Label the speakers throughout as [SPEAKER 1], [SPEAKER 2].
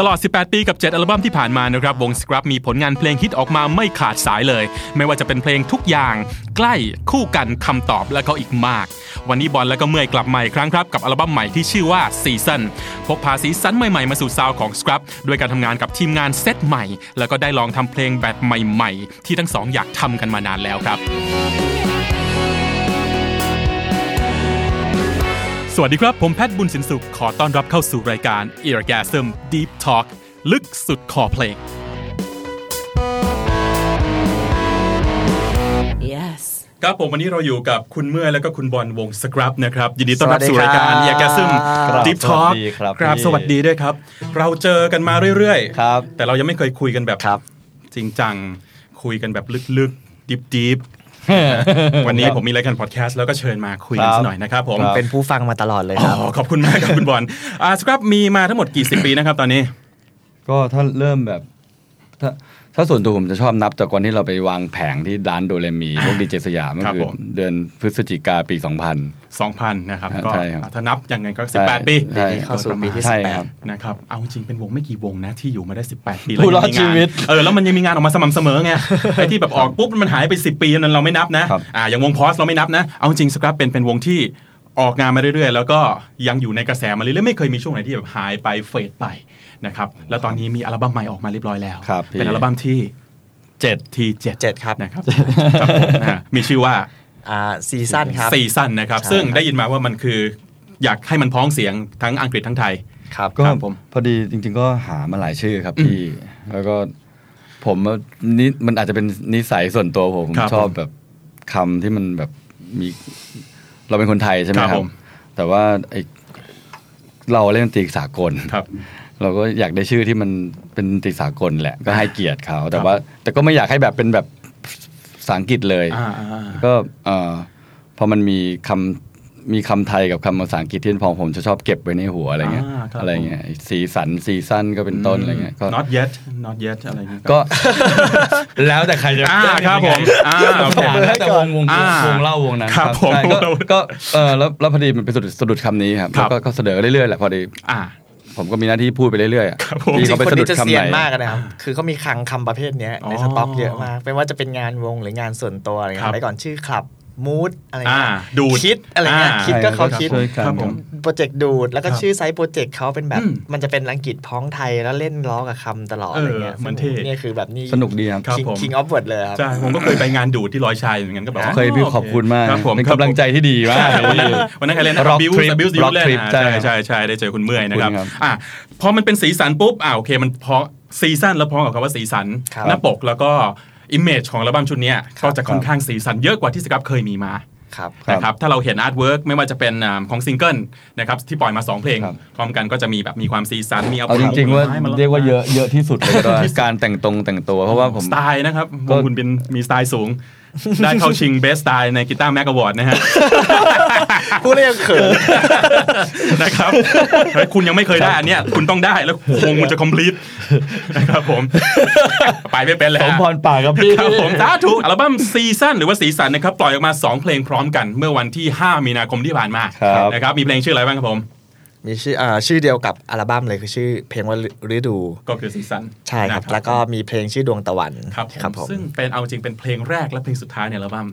[SPEAKER 1] ตลอด 18 ปีกับ 7 อัลบั้มที่ผ่านมานะครับ วง Scrub มีผลงานเพลงฮิตออกมาไม่ขาดสายเลย ไม่ว่าจะเป็นเพลงทุกอย่าง ใกล้คู่กันคำตอบและก็อีกมาก วันนี้บอลและก็เมื่อยกลับมาอีกครั้งครับ กับอัลบั้มใหม่ที่ชื่อว่า Season พกพาสีสันใหม่ ๆ มาสู่ซาวด์ของ Scrub ด้วยการทำงานกับทีมงานเซตใหม่ แล้วก็ได้ลองทำเพลงแบบใหม่ ๆ ที่ทั้งสองอยากทำกันมานานแล้วครับ สวัสดีครับ ผมแพทย์บุญสินสุข ขอต้อนรับเข้าสู่รายการ e a r g a s m Deep Talk ลึกสุดคอเพลง
[SPEAKER 2] yes
[SPEAKER 1] ครับผมวันนี้เราอยู่กับคุณเมื่อยแล้วก็คุณบอลวงสครับนะครับยินดีต้อนรับสู่รายการ
[SPEAKER 3] สวัส
[SPEAKER 1] e
[SPEAKER 3] ดี
[SPEAKER 1] a r g
[SPEAKER 3] ครั
[SPEAKER 1] a
[SPEAKER 3] บ
[SPEAKER 1] s m
[SPEAKER 3] ครับ
[SPEAKER 1] Deep
[SPEAKER 3] สวั
[SPEAKER 1] Talk
[SPEAKER 3] สดีครับ
[SPEAKER 1] ครับ
[SPEAKER 3] พี่
[SPEAKER 1] สวัสดีด้วยครับ เราเจอกันมาเรื่อย
[SPEAKER 3] ครับ
[SPEAKER 1] แต่เรายังไม่เคยคุยกันแบบ
[SPEAKER 3] ครับ
[SPEAKER 1] จริงจังคุยกันแบบลึกๆดิ บๆ วันนี้ผมมีรายการพอดแคสต์แล้วก็เชิญมาคุยกันสักหน่อยนะครับ ผม
[SPEAKER 4] เป็นผู้ฟังมาตลอดเลย
[SPEAKER 1] อ๋
[SPEAKER 4] ครับ
[SPEAKER 1] อขอบคุณมากครับคุณบอลอ่าสครับมีมาทั้งหมดกี่สิบปีนะครับตอนนี้
[SPEAKER 3] ก็ถ้าเริ่มแบบถ้าถ้าส่วนตัวผมจะชอบนับจากวันที่เราไปวางแผงที่ร้านโดเร มีพวกดีเจสยามก็
[SPEAKER 1] ครับ
[SPEAKER 3] คือ
[SPEAKER 1] ผม
[SPEAKER 3] เดือนพฤศจิกาปี 2000
[SPEAKER 1] 2,000 นะครับ
[SPEAKER 3] ครับ
[SPEAKER 1] ก็
[SPEAKER 3] ใช่ครับ
[SPEAKER 1] ถ้านับอย่างไงก็
[SPEAKER 3] ใช่
[SPEAKER 1] 18 ปี
[SPEAKER 3] ใช่
[SPEAKER 4] เข้าสู่ปีที่
[SPEAKER 3] ใช่ครับ
[SPEAKER 1] 18นะครับ เอาจริงเป็นวงไม่กี่วงนะ ที่อยู่มาได้ 18 ปี
[SPEAKER 3] ผู้รอด
[SPEAKER 1] ยังมีงาน
[SPEAKER 3] ชีวิต
[SPEAKER 1] เออ แล้วมันยังมีงานออกมาสม่ำเสม อไง ไอ้ที่แบบออกปุ๊บ มันหายไป 10 ปีนั้นเราไม่นับนะ
[SPEAKER 3] ครับ
[SPEAKER 1] อ่า อย่างวงพอสเราไม่นับนะ เอาจริงสครับเป็นเป็นวงที่ออกงานมาเรื่อยๆ แล้วก็ยังอยู่ในกระแสมาเรื่อยๆ ไม่เคยมีช่วงไหนที่แบบหายไปเฟดไปนะครับ แล้วตอนนี้มีอัลบั้มใหม่ออกมาเรียบร้อยแล้ว
[SPEAKER 3] ครับพี่
[SPEAKER 1] เป็นอัลบั้มที่
[SPEAKER 3] เจ็ด
[SPEAKER 1] ที่เจ็ด
[SPEAKER 4] เจ็ดครับ
[SPEAKER 1] นะครับ ครับผมนะฮะมีชื่อว่า
[SPEAKER 4] อ่าซีซั่นครับ
[SPEAKER 1] ซีซั่นนะครับ
[SPEAKER 4] ใช่
[SPEAKER 1] ซึ่ง
[SPEAKER 4] ครับ
[SPEAKER 1] ได้ยินมาว่ามันคือ อยากให้มันพ้องเสียงทั้งอังกฤษทั้งไทย
[SPEAKER 4] ครับ
[SPEAKER 3] ก็
[SPEAKER 1] ครับผม
[SPEAKER 3] พอดีจริง ๆ ก็หามาหลายชื่อครับพี่ แล้วก็ผมว่านี่มันอาจจะเป็นนิสัยส่วนตัวผมผม
[SPEAKER 1] ครับ
[SPEAKER 3] ชอบ
[SPEAKER 1] ผม
[SPEAKER 3] แบบคำที่มันแบบมีเราเป็นคนไทยใช่ไหม
[SPEAKER 1] ครับ
[SPEAKER 3] ครั
[SPEAKER 1] ผ
[SPEAKER 3] บ
[SPEAKER 1] ม
[SPEAKER 3] แต่ว่าไอเราเล่นดนตรีสากล
[SPEAKER 1] ครับ
[SPEAKER 3] เราก็อยากได้ชื่อที่มันเป็นดนตรีสากลแหละ ก็ให้เกียรติเขา แต่
[SPEAKER 1] ครับ
[SPEAKER 3] ว่า แต่ก็ไม่อยากให้แบบเป็นแบบภาษาอังกฤษเลย
[SPEAKER 1] อ่าอ่าอ่า
[SPEAKER 3] ก็เอ่อพอมันมีคำมีคำไทยกับคำภาษาอังกฤษที่พองผมจะชอบเก็บไว้ในหัวอะไรเงี้ย
[SPEAKER 1] อ่าครับ
[SPEAKER 3] อะไรเงี้ยสีสันซีซั่นก็เป็นต้นอะไรเงี้ยก็
[SPEAKER 1] not yet not yet อะไรอย่างเงี้ย
[SPEAKER 3] ก็ แล้วแต่ใครจะ
[SPEAKER 1] อ่าครับผมอ่าโอเค
[SPEAKER 3] แล้วแต่วงวง
[SPEAKER 1] อ่าว
[SPEAKER 3] งเล่าวงนั้น
[SPEAKER 1] ครับผม
[SPEAKER 3] ใช่ก็ก็เออแล้วแล้วพอดีมันไปสะดุดสะดุดคำนี้ครับ
[SPEAKER 1] ครั
[SPEAKER 3] แล้ว
[SPEAKER 1] บ
[SPEAKER 3] ก็ก็เสนอเรื่อยๆแหละพอดี
[SPEAKER 1] อ่า
[SPEAKER 3] ผมก็มีหน้าที่พูดไปเรื่อยๆอะ
[SPEAKER 1] ครับผม
[SPEAKER 3] ที่
[SPEAKER 4] จริง
[SPEAKER 3] เขา
[SPEAKER 4] ๆ
[SPEAKER 3] ไป
[SPEAKER 4] คน
[SPEAKER 3] สะดุ
[SPEAKER 4] นี้
[SPEAKER 3] ด
[SPEAKER 4] จะ
[SPEAKER 3] คำ
[SPEAKER 4] เซี
[SPEAKER 3] ไห
[SPEAKER 4] ยน
[SPEAKER 3] น
[SPEAKER 4] มากนะครับ คือเขามีคลังคำประเภทเนี้ยในสต็อกเยอะมาก ไม่ว่าจะเป็นงานวงหรืองานส่วนตัวอะไร
[SPEAKER 1] ครั
[SPEAKER 4] เงี้
[SPEAKER 1] บ
[SPEAKER 4] ยไปก่อนชื่อคลับมูดอะไร
[SPEAKER 1] อ่า
[SPEAKER 4] เงี้ย
[SPEAKER 1] ดูด
[SPEAKER 4] คิดอะไรเงี้ย
[SPEAKER 1] อ่า
[SPEAKER 4] คิดก็เขาคิด
[SPEAKER 3] ใช่ครับ
[SPEAKER 1] ครับผม
[SPEAKER 4] โปรเจกต์ดูด แล้วก็
[SPEAKER 1] ครับ
[SPEAKER 4] ชื่อไซต์โปรเจกต์เขาเป็นแบบ
[SPEAKER 1] อืม
[SPEAKER 4] มันจะเป็นอังกฤษพ้องไทยแล้วเล่นล้อกับคำตลอดอะไรเงี้ย
[SPEAKER 1] เออเหมือนเท่
[SPEAKER 4] เนี่ยคือแบบนี่
[SPEAKER 3] สนุกดีครับ
[SPEAKER 1] ครับผม
[SPEAKER 4] คิงออฟเวิร์ดเลยครับ
[SPEAKER 1] ใช่ผมก็เคยไปงานดูดที่ร้อยชายเหมือนกันก็แบบว่า
[SPEAKER 3] เคยพี่ขอบคุณมาก
[SPEAKER 1] รับผม
[SPEAKER 3] เป็นกำลังใจที่ดีมาก
[SPEAKER 1] ใช่วันนั้นวัน
[SPEAKER 3] พี่
[SPEAKER 1] นั้นใครเล่นนะครับ
[SPEAKER 3] Rock
[SPEAKER 1] บิว
[SPEAKER 3] Trip
[SPEAKER 1] บิวบิว
[SPEAKER 3] Rock
[SPEAKER 1] เล่น
[SPEAKER 3] Trip
[SPEAKER 1] อ่ะ
[SPEAKER 3] ใช่
[SPEAKER 1] ใช่
[SPEAKER 3] ครับ
[SPEAKER 1] ใช่ใช่ได้เจอคุณเมื่อยนะครับ
[SPEAKER 3] ขอบคุณครับ
[SPEAKER 1] อ่ะพอมันเป็นสีสันปุ๊บอ่าโอเคมันพอซีซั่นแล้วพอกับคำว่าสีสัน
[SPEAKER 4] ครับ
[SPEAKER 1] หน้าปกแล้วก็อิมเมจของอัลบั้มชุดเนี้ยก็จะค่อนข้างสีสันเยอะกว่าที่สครับเคยมีมา
[SPEAKER 4] ครับ
[SPEAKER 3] ครับ
[SPEAKER 1] นะครับถ้าเราเห็นอาร์ตเวิร์กไม่ว่าจะเป็นอ่าของซิงเกิลนะครับที่ปล่อยมา 2 เพลง
[SPEAKER 3] ครับ
[SPEAKER 1] พร้อมกันก็จะมีแบบมีความซีซันมีเอา
[SPEAKER 3] เอาจริง ๆ ว่าเรียกว่าเยอะเยอะที่สุด เลยก็ได้การแต่งตรงแต่งตัวเพราะว่าผม
[SPEAKER 1] สไตล์นะครับว
[SPEAKER 3] ก็
[SPEAKER 1] งคุณเป็นมีสไตล์สูง ได้เข้าชิงเบสสไตล์ในกีตาร์แมกกาวอดนะ ฮะ
[SPEAKER 4] พูดแล้วยังเขิน
[SPEAKER 1] นะครับเฮ้ยคุณยังไม่เคยได้อันเนี้ยคุณต้องได้แล้ววงมันจะคอมพลีทนะครับผม ไปไม่เป็นเลย
[SPEAKER 3] ส
[SPEAKER 1] ฮะ
[SPEAKER 3] มพรป่ากครับพี่
[SPEAKER 1] ครับผมสาธุอัลบั้มซีซั่นหรือว่าสีสันนะครับ ปล่อยออกมา 2 เพลงพร้อมกัน เมื่อวันที่ 5 มีนาคมที่ผ่านมา
[SPEAKER 3] ครับ
[SPEAKER 1] นะครับ มีเพลงชื่ออะไรบ้างครับผม
[SPEAKER 4] มีชื่ออ่าชื่อเดียวกับอัลบั้มเลยคือชื่อเพลงว่าฤดู
[SPEAKER 1] ก็คือซีซั่น
[SPEAKER 4] ใช่ครับ
[SPEAKER 1] นะ
[SPEAKER 4] แล้วก็มีเพลงชื่อดวงตะวัน
[SPEAKER 1] ครับผม
[SPEAKER 4] ผม
[SPEAKER 1] ซึ่งเป็นเอาจริงเป็นเพลงแรกและเพลงสุดท้ายในอัลบั้ม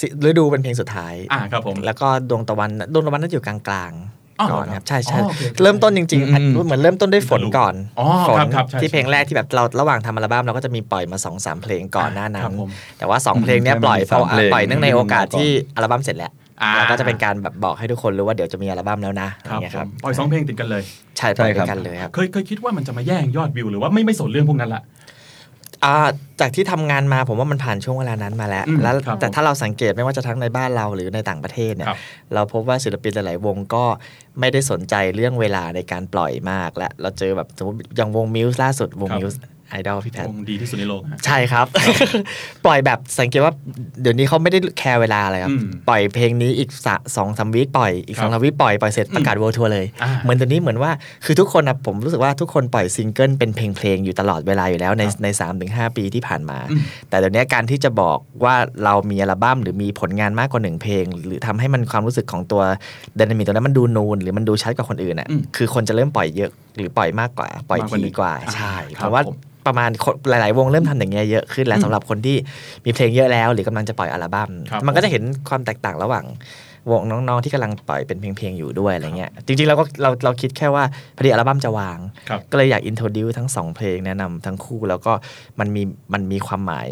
[SPEAKER 4] สิฤดูเป็นเพลงสุดท้าย
[SPEAKER 1] อ่าครับผม
[SPEAKER 4] แล้วก็ดวงตะวันดวงตะวันน่าจะอยู่กลาง
[SPEAKER 1] อ๋อ
[SPEAKER 4] ๆก่อนครับใช่ใช่
[SPEAKER 1] อ๋อโอเค
[SPEAKER 4] เริ่มต้นจริง
[SPEAKER 3] อื
[SPEAKER 4] ๆ
[SPEAKER 3] ม
[SPEAKER 4] เหมือนเริ่มต้นด้วยฝนก่อน
[SPEAKER 1] อ๋อ
[SPEAKER 4] ฝน
[SPEAKER 1] ครับครับใช่
[SPEAKER 4] ที่เพลงแรกที่แบบเราระหว่างทำอัลบั้มเราก็จะมีปล่อยมา2อสามเพลงก่อนหน้านั้
[SPEAKER 1] ครั
[SPEAKER 4] น
[SPEAKER 1] บผม
[SPEAKER 4] แต่ว่า 2 เพลงเนี้ย
[SPEAKER 3] ใช่
[SPEAKER 4] ปล่อย
[SPEAKER 3] มันมี
[SPEAKER 4] เพราะว่า
[SPEAKER 3] สามเพลง
[SPEAKER 4] ปล่อยเนื่องในโอกาสที่อัลบั้มเสร็จแล้ว
[SPEAKER 1] อ่า
[SPEAKER 4] แล้วก็จะเป็นการแบบบอกให้ทุกคนรู้ว่าเดี๋ยวจะมีอัลบั้มแล้วนะอะไร
[SPEAKER 1] ครับ
[SPEAKER 4] เงี้ย
[SPEAKER 1] ผ
[SPEAKER 4] ครับ
[SPEAKER 1] มปล่อยสองเพลงติดกันเลย
[SPEAKER 4] ใช่ปล่อย
[SPEAKER 3] ใช่ครับ
[SPEAKER 4] ด้วยกันเลยครับ
[SPEAKER 1] เคยเคยคิดว่ามันจะมาแย่งยอดวิวหรือว่าไม่ไม่สนเรื่องพวกนั้นละ
[SPEAKER 4] อ่าจากที่ทำงานมาผมว่ามันผ่านช่วงเวลานั้นมาแล้ว
[SPEAKER 1] อืม
[SPEAKER 4] แล้ว
[SPEAKER 1] ครับ
[SPEAKER 4] แต่ถ้าเราสังเกตไม่ว่าจะทั้งในบ้านเราหรือในต่างประเทศเนี่ย
[SPEAKER 1] ครับ
[SPEAKER 4] เราพบว่าศิลปินหลาย ๆ วงก็ไม่ได้สนใจเรื่องเวลาในการปล่อยมากและเราเจอแบบสมมติอย่างวงมิวส์ล่าสุดวง
[SPEAKER 1] ครับ
[SPEAKER 4] มิวส์ ไอดอลพี่แพท
[SPEAKER 1] วงดีที่สุดในโลกฮะ
[SPEAKER 4] ใช่ครับ ปล่อยแบบสังเกตว่าเดี๋ยวนี้เขาไม่ได้แคร์เวลาเลยครับ
[SPEAKER 1] อืม
[SPEAKER 4] ปล่อยเพลงนี้อีกสะสองสามวีคปล่อยอีก
[SPEAKER 1] ครับ
[SPEAKER 4] สองสามวีคปล่อยปล่อยเสร็จประกาศเว l ร์ทัวร์เลย
[SPEAKER 1] อ่า
[SPEAKER 4] เหมือนตอนนี้เหมือนว่าคือทุกคนนะผมรู้สึกว่าทุกคนปล่อยซิงเกิลเป็นเพลงเพลงอยู่ตลอดเวลาอยู่แล้วในในสามถึงห้าปีที่ผ่านมา
[SPEAKER 1] อืม
[SPEAKER 4] แต่เดี๋ยวนี้การที่จะบอกว่าเรามีอัลบั้มหรือมีผลงานมากกว่าหนึ่งเพลง หรือทำให้มันความรู้สึกของตัวดนามิกตัวนั้นมันดูนูนหรือมันดูชัดกว่าคนอื่นอ่ะ
[SPEAKER 1] อืม
[SPEAKER 4] คือคนจะเริ่มปล่อยเยอะหรือปล่อยมากกว่า ปล่อย
[SPEAKER 1] มากกว่าหนึ่
[SPEAKER 4] ที
[SPEAKER 1] ง
[SPEAKER 4] กว่า
[SPEAKER 1] อ่า
[SPEAKER 4] ใช่
[SPEAKER 1] ครับ
[SPEAKER 4] เพราะว่า
[SPEAKER 1] ผม
[SPEAKER 4] ประมาณคนหลาย ๆ วงเริ่มทำอย่างเงี้ยเยอะขึ้นแล้
[SPEAKER 1] อื
[SPEAKER 4] ว
[SPEAKER 1] ม
[SPEAKER 4] สำหรับคนที่มีเพลงเยอะแล้ว หรือกำลังจะปล่อยอัลบั้ม
[SPEAKER 1] ครับ
[SPEAKER 4] มันก็จะเห็นความแตกต่างระหว่างวงน้องๆที่กำลังปล่อยเป็นเพลงๆอยู่ด้วยอะไรเงี้ยจริงๆเราก็เราเราคิดแค่ว่าพอดีอัลบั้มจะวาง
[SPEAKER 1] ครับ
[SPEAKER 4] ก็เลยอยากอินโทรดิวทั้งสองเพลงแนะนำทั้งคู่แล้วก็มันมีมันมีความหมาย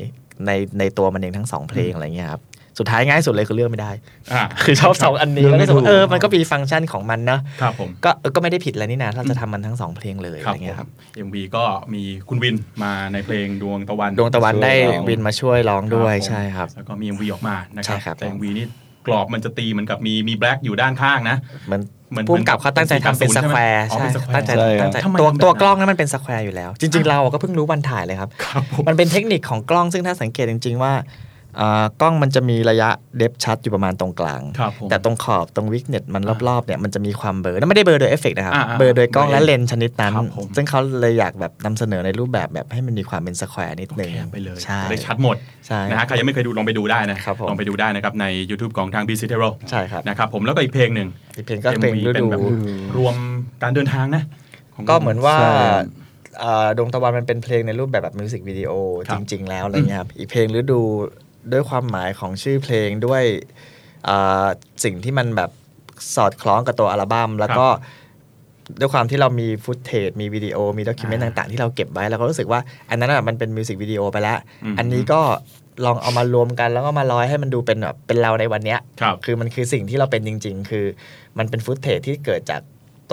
[SPEAKER 4] ในในตัวมันเองทั้งสองเพลงอะไรเงี้ยครับสุดท้ายง่ายสุดเลยคือเลือกไม่ได้
[SPEAKER 1] อ่า
[SPEAKER 4] คือ ชอบสองอันนี้
[SPEAKER 3] เลื
[SPEAKER 4] แล้วก็
[SPEAKER 3] อกไม่
[SPEAKER 4] รู้สึกว่า
[SPEAKER 3] ถูก
[SPEAKER 4] เออมันก็มีฟังก์ชันของมันเนอะ
[SPEAKER 1] ครับผม
[SPEAKER 4] ก็เออก็ไม่ได้ผิดอะไรนี่นะถ้าเราจะทำมันทั้งสองเพลงเลย
[SPEAKER 1] ครั
[SPEAKER 4] อะ
[SPEAKER 1] บ
[SPEAKER 4] ไรเงี้ยครับ
[SPEAKER 1] เอ็มวีก็มีคุณวินมาในเพลงดวงตะวัน
[SPEAKER 4] ดวงตะวันได้
[SPEAKER 3] ช่วยร้อง
[SPEAKER 4] วินมาช่วยร้องด้วย
[SPEAKER 1] ผม
[SPEAKER 4] ใช่ครับ
[SPEAKER 1] แล้วก็มีเอ็มวีออกมานะครับ
[SPEAKER 4] ใช่ครับ
[SPEAKER 1] แต่เอ็มวีนี่กรอบมันจะตีเหมือนกับมีมีแบล็กอยู่ด้านข้างนะ
[SPEAKER 4] มัน
[SPEAKER 1] เหมือน
[SPEAKER 4] พุ่มกับเขาตั้งใจทำเป็นส
[SPEAKER 1] เป็น
[SPEAKER 4] แควร์
[SPEAKER 1] อ๋อ
[SPEAKER 4] ใช่
[SPEAKER 1] เป็นสแควร์
[SPEAKER 4] ตั้งใจ
[SPEAKER 3] ใช่ครับ
[SPEAKER 4] ตั้งใจ
[SPEAKER 1] ทำไม
[SPEAKER 4] ตัว
[SPEAKER 1] ทำแบบ
[SPEAKER 4] ตัว
[SPEAKER 1] นั้น
[SPEAKER 4] กล้องนั้นมันเป็นสแควร์อยู่แล้ว จริง ๆ เราก็เพิ่งรู้วันถ่ายเลยครับ
[SPEAKER 1] ครับผม
[SPEAKER 4] มันเป็นเทคนิคของกล้องซึ่งถ้าสังเกตจริง ๆ ว่าอ่ากล้องมันจะมีระยะเดฟชัดอยู่ประมาณตรงกลาง
[SPEAKER 1] ครับผม
[SPEAKER 4] แต่ตรงขอบตรงวิกเน็ตมันรอบๆเนี่ยมันจะมีความเบลอนั่นไม่ได้เบลอโดยเอฟเฟกต์นะครับ
[SPEAKER 1] อ่าอ่า
[SPEAKER 4] เบลอโดยกล้องและ
[SPEAKER 1] เบลอ
[SPEAKER 4] เลนส์ชนิดนั้น
[SPEAKER 1] ครับผม
[SPEAKER 4] ซึ่งเขาเลยอยากแบบนำเสนอในรูปแบบแบบให้มันมีความเป็นสแควร์นิดนึง
[SPEAKER 1] แคบไปเลย
[SPEAKER 4] ใช่
[SPEAKER 1] จะได้ชัดหมด
[SPEAKER 4] ใช่
[SPEAKER 1] นะฮะใครยังไม่เคยดูลองไปดูได้นะครับ
[SPEAKER 4] ผม
[SPEAKER 1] ลองไปดูได้นะครับใน YouTube ของทาง b c t e r o
[SPEAKER 4] ใช่ครับ
[SPEAKER 1] นะครับผมแล้วก็อีกเพลงหนึ่ง
[SPEAKER 4] อีกเพลงก็เพลง
[SPEAKER 1] MV
[SPEAKER 4] ฤ
[SPEAKER 1] เป็น
[SPEAKER 4] ดู
[SPEAKER 1] แบบรวมการเดินทางนะขง
[SPEAKER 4] ก็เหมือนว่า
[SPEAKER 3] ใช่
[SPEAKER 4] อ่าดวงตะวันมันเป็นเพลงในรูปแบบแบบมิวสิกวิดีโอ
[SPEAKER 1] ครับ
[SPEAKER 4] จริง ๆ แล้วอะไรเงี้ยครับอีกเพลงฤดูด้วยความหมายของชื่อเพลงด้วยอ่าสิ่งที่มันแบบสอดคล้องกับตัวอัลบั้มแล้วก็ด้วยความที่เรามีฟุตเทจมีวิดีโอ มีด็อกิเมนต์ต่าง ๆ ที่เราเก็บไว้แล้วก็รู้สึกว่า อันนั้นอะมันเป็นมิวสิกวิดีโอไปแล้ว อันนี้ก็ลองเอามารวมกันแล้วก็มาร้อยให้มันดูเป็นแบบเป็นเราในวันเนี้ย
[SPEAKER 1] ครับ
[SPEAKER 4] คือมันคือสิ่งที่เราเป็นจริง ๆ คือมันเป็นฟุตเทจที่เกิดจาก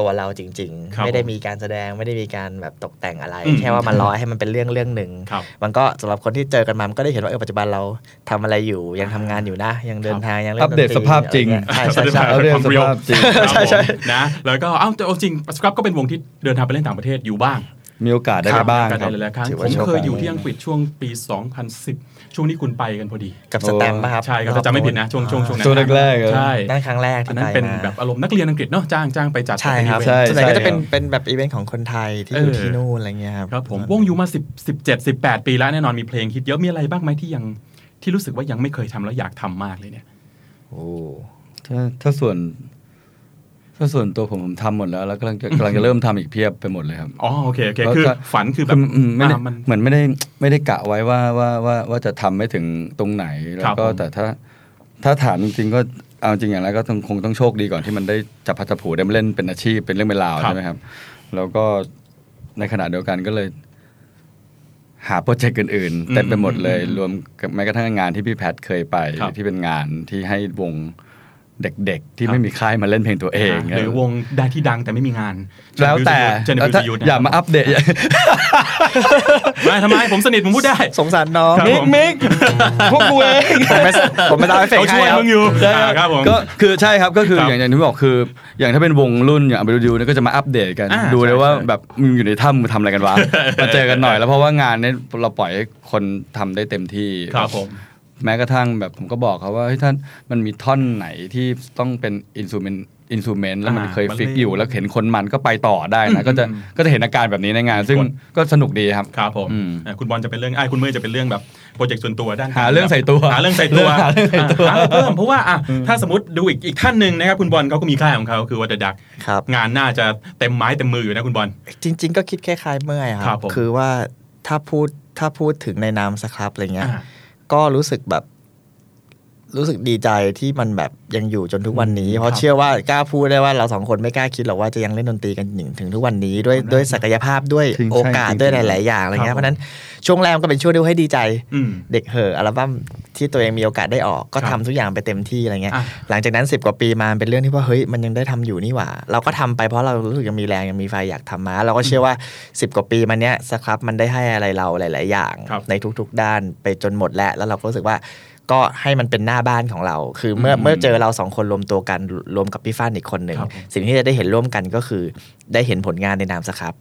[SPEAKER 4] ตัวเราจริง
[SPEAKER 1] ครับ
[SPEAKER 4] ๆ ไม่ได้มีการแสดงไม่ได้มีการแบบตกแต่งอะไร
[SPEAKER 1] อืม
[SPEAKER 4] แค่ว่ามันร้อยให้มันเป็นเรื่องเรื่องหนึ่ง
[SPEAKER 1] ครับ
[SPEAKER 4] มันก็สำหรับคนที่เจอกันมามันก็ได้เห็นว่าเออปัจจุบันเราทำอะไรอยู่ยังทำงานอยู่นะ ยังเดินทางยังเล่น
[SPEAKER 3] อัปเดต
[SPEAKER 4] น
[SPEAKER 3] ส
[SPEAKER 4] รี
[SPEAKER 3] ภาพจริง
[SPEAKER 4] อะไรเยใช่ใช่
[SPEAKER 1] อั
[SPEAKER 4] ใช่
[SPEAKER 1] ปเดต
[SPEAKER 3] เรื่องสภาพจริง
[SPEAKER 1] ครับ
[SPEAKER 4] ใช่ใช่
[SPEAKER 1] ผมนะแล้วก็เอ้าแต่เอาจริงสครับก็เป็นวงที่เดินทางไปเล่นต่างประเทศอยู่บ้าง
[SPEAKER 3] มีโอกาสได้
[SPEAKER 1] ค
[SPEAKER 3] ไป
[SPEAKER 1] รับ
[SPEAKER 3] บ้าง
[SPEAKER 1] การ
[SPEAKER 3] ค
[SPEAKER 1] ได้
[SPEAKER 3] รับ
[SPEAKER 1] หลายๆครั้ง
[SPEAKER 4] ถือ
[SPEAKER 1] ผ
[SPEAKER 4] ว่าม โชคดี
[SPEAKER 1] เคยอยู่ที่อังกฤษช่วงปี 2010 ช่วงนี้คุณไปกันพอดี
[SPEAKER 4] กับสแตมป์ปะครับ
[SPEAKER 1] ใช่ครับถ้าจำไม่ผิดนะช่วงช่วงช่วงนั้น
[SPEAKER 3] ช่วงแรกๆครับ
[SPEAKER 1] ใช่
[SPEAKER 4] นั่นครั้งแรก
[SPEAKER 1] อั
[SPEAKER 4] ที่
[SPEAKER 1] นนั้น
[SPEAKER 4] ไป
[SPEAKER 1] เป็น
[SPEAKER 4] มา
[SPEAKER 1] แบบอารมณ์นักเรียนอังกฤษเนาะจ้างจ้างไปจัด
[SPEAKER 4] ใช่ครับ
[SPEAKER 1] เป็นอีเวนต์
[SPEAKER 3] ใช่
[SPEAKER 4] ส่วนใหญ่ก็
[SPEAKER 3] ใช่
[SPEAKER 4] จะเป็น
[SPEAKER 3] ครับ
[SPEAKER 4] เป็นแบบอีเวนต์ของคนไทยที่อยู่
[SPEAKER 1] เออ
[SPEAKER 4] ที่นู่นอะไรเงี้ยครับ
[SPEAKER 1] ครับผมวงอยู่มา10 17 18 ปีแล้วแน่นอนมีเพลงฮิตเยอะมีอะไรบ้างไหมที่ยังที่รู้สึกว่ายังไม่เคยทำแล้วอยากทำมากเลยเนี่ย
[SPEAKER 4] โอ้
[SPEAKER 3] ถ้าถ้าส่วน ถ้าส่วนตัวผมผมทำหมดแล้ว แล้วกำลังจะกำลังจะเริ่มทำอีกเพียบไปหมดเลยครับ
[SPEAKER 1] อ๋อโอเคโอเค
[SPEAKER 3] แล้ว
[SPEAKER 1] คือ
[SPEAKER 3] ก็
[SPEAKER 1] ฝันคือแบบ
[SPEAKER 3] อืมไม่ได้
[SPEAKER 1] อ่ามัน
[SPEAKER 3] เหมือนไม่ได้ไม่ได้กะไว้ว่าว่าว่าว่าจะทำไม่ถึงตรงไหนแล้วก็
[SPEAKER 1] ผม
[SPEAKER 3] แต่ถ้า ถ้าถามจริงๆก็เอาจริงอย่างไรก็ต้องคงต้องโชคดีก่อนที่มันได้จับพัดจับผูได้มาเล่นเป็นอาชีพเป็นเรื่องเป็นราว
[SPEAKER 1] ครับ
[SPEAKER 3] ใช่ไหมครับ แล้วก็ในขณะเดียวกันก็เลย หาโปรเจกต์อื่นๆเต็มไปหมดเลย รวมกับแม้กระทั่งงานที่พี่แพทเคยไป
[SPEAKER 1] ครับ
[SPEAKER 3] ที่เป็นงานที่ให้วงเด็กๆ ที่ไม่มีค่ายมาเล่นเพลงตัวเอง
[SPEAKER 1] หรือวงได้ที่ดังแต่ไม่มีงาน
[SPEAKER 3] แล้วแต่
[SPEAKER 1] เจน
[SPEAKER 3] แล้ว
[SPEAKER 1] วิ
[SPEAKER 3] ถ้า
[SPEAKER 1] ยุทธ์
[SPEAKER 3] อย่ามาอัปเดต
[SPEAKER 1] ไม่ทำไมผมสนิทผมพูดได้
[SPEAKER 4] สงสารน้อง
[SPEAKER 1] ครับ
[SPEAKER 4] มิ
[SPEAKER 1] ผ
[SPEAKER 4] ก
[SPEAKER 1] ม
[SPEAKER 4] มิก
[SPEAKER 3] พวกกูเอง
[SPEAKER 4] ผมไม่ผมไม่ได้เอฟเฟก
[SPEAKER 1] เขาช่
[SPEAKER 4] ต์ให้
[SPEAKER 1] วย
[SPEAKER 4] ครับ
[SPEAKER 1] มึงอยู่อ่าครับผม
[SPEAKER 3] ก็คือใช่ครับก็คือ
[SPEAKER 1] ครับ
[SPEAKER 3] อย่างอย่างที่บอกคือ อย่างถ้าเป็นวงรุ่นอย่างไปดูเนี่ยก็จะมาอัปเดตกัน
[SPEAKER 1] อ่า
[SPEAKER 3] ดูเลย
[SPEAKER 1] ใช่
[SPEAKER 3] ว่า
[SPEAKER 1] ใช่
[SPEAKER 3] แบบมึงอยู่ในถ้ำมึงทำอะไรกันวะ มาเจอกันหน่อยแล้วเพราะว่างานเนี้เราปล่อยให้คนทำได้เต็มที่
[SPEAKER 1] ครับผม
[SPEAKER 3] แม้กระทั่งแบบผมก็บอกเขาว่าเฮ้ยท่านมันมีท่อนไหนที่ต้องเป็นอินสูเมนอินสูเมนแล้วมัน
[SPEAKER 1] อ่า
[SPEAKER 3] เคย
[SPEAKER 1] มัน
[SPEAKER 3] ฟิก
[SPEAKER 1] เล่น
[SPEAKER 3] อยู่แล้วเห็นคนมันก็ไปต่อได้
[SPEAKER 1] อืม
[SPEAKER 3] นะก็จะ
[SPEAKER 1] อืม
[SPEAKER 3] ก็จะเห็นอาการแบบนี้ในงาน ซึ่ง
[SPEAKER 1] กด
[SPEAKER 3] ก็สนุกดีครับ
[SPEAKER 1] ครับผม
[SPEAKER 3] อืม
[SPEAKER 1] อ่ะคุณบอลจะเป็นเรื่องไอ้คุณเมย์จะเป็นเรื่องแบบโปรเจกต์ส่วนตัวด้านก
[SPEAKER 3] หาเรื่องใส่ตัว
[SPEAKER 1] หาเรื่องใส่ตัว
[SPEAKER 3] หาเรื่องใส่ตัว
[SPEAKER 1] หาอะไรเพิ่มเพราะว่าอ่ะถ้าสมมติดูอีกอีกท่านหนึ่งนะครับคุณบอลเขาก็มีค่ายของเขาคือวัตดัก
[SPEAKER 4] ครับ
[SPEAKER 1] งานน่าจะเต็มไม้เต็มมืออยู่นะคุณบอล
[SPEAKER 4] จริง ๆ ก็คิดคล้ายๆเมื่อยค
[SPEAKER 1] ครั
[SPEAKER 4] รั
[SPEAKER 1] บบ ผม
[SPEAKER 4] คือว่าถ้าพูดถ้าพูดถึงในนามสครับอะไรเงี้ย
[SPEAKER 1] อ่า
[SPEAKER 4] ก็รู้สึกแบบ รู้สึกดีใจที่มันแบบยังอยู่จนทุกวันนี้ เพ
[SPEAKER 1] ค
[SPEAKER 4] ราะ
[SPEAKER 1] รับ
[SPEAKER 4] เชื่อว่ากล้าพูดได้ว่าเราสองคนไม่กล้าคิดหรอกว่าจะยังเล่นดนตรีกันถึงทุกวันนี้ด้วยด้วยศักยภาพด้วย
[SPEAKER 3] จริง
[SPEAKER 4] โอกาส
[SPEAKER 3] ใช่จริง
[SPEAKER 4] ด้วยหลาย ๆ อย่างอะไรเงี้
[SPEAKER 1] ครับ
[SPEAKER 4] ยเพราะฉะนั้นช่วงแรกมันก็เป็นช่วงที่ให้ดีใจ
[SPEAKER 1] อืม
[SPEAKER 4] เด็กเหอะอัลบั้มที่ตัวเองมีโอกาสได้ออกก็
[SPEAKER 1] ครั
[SPEAKER 4] ทำ
[SPEAKER 1] บ
[SPEAKER 4] ทุกอย่างไปเต็มที่อะไรเงี้ย
[SPEAKER 1] อ่ะ
[SPEAKER 4] หลังจากนั้น 10 กว่าปีมาเป็นเรื่องที่ว่าเฮ้ยมันยังได้ทำอยู่นี่หว่า เราก็ทำไปเพราะเรารู้สึกยังมีแรงยังมีไฟอยากทำมา เราก็เชื่อว่า 10 กว่าปีมาเนี้ยสครับมันได้ให้อะไรเราหลาย ๆ อย่าง
[SPEAKER 1] ครับ
[SPEAKER 4] ในทุกๆ ด้านไปจนหมดแล้วแล้วเราก็รู้สึกว่าก็ให้มันเป็นหน้าบ้านของเรา คือเมื่อเมื่อเจอเราสองคนรวมตัวกันรวมกับพี่ฟ้านอีกคนหนึ่ง
[SPEAKER 1] ครับผม
[SPEAKER 4] สิ่งที่จะได้เห็นร่วมกันก็คือ ได้เห็นผลงานในนามสครับ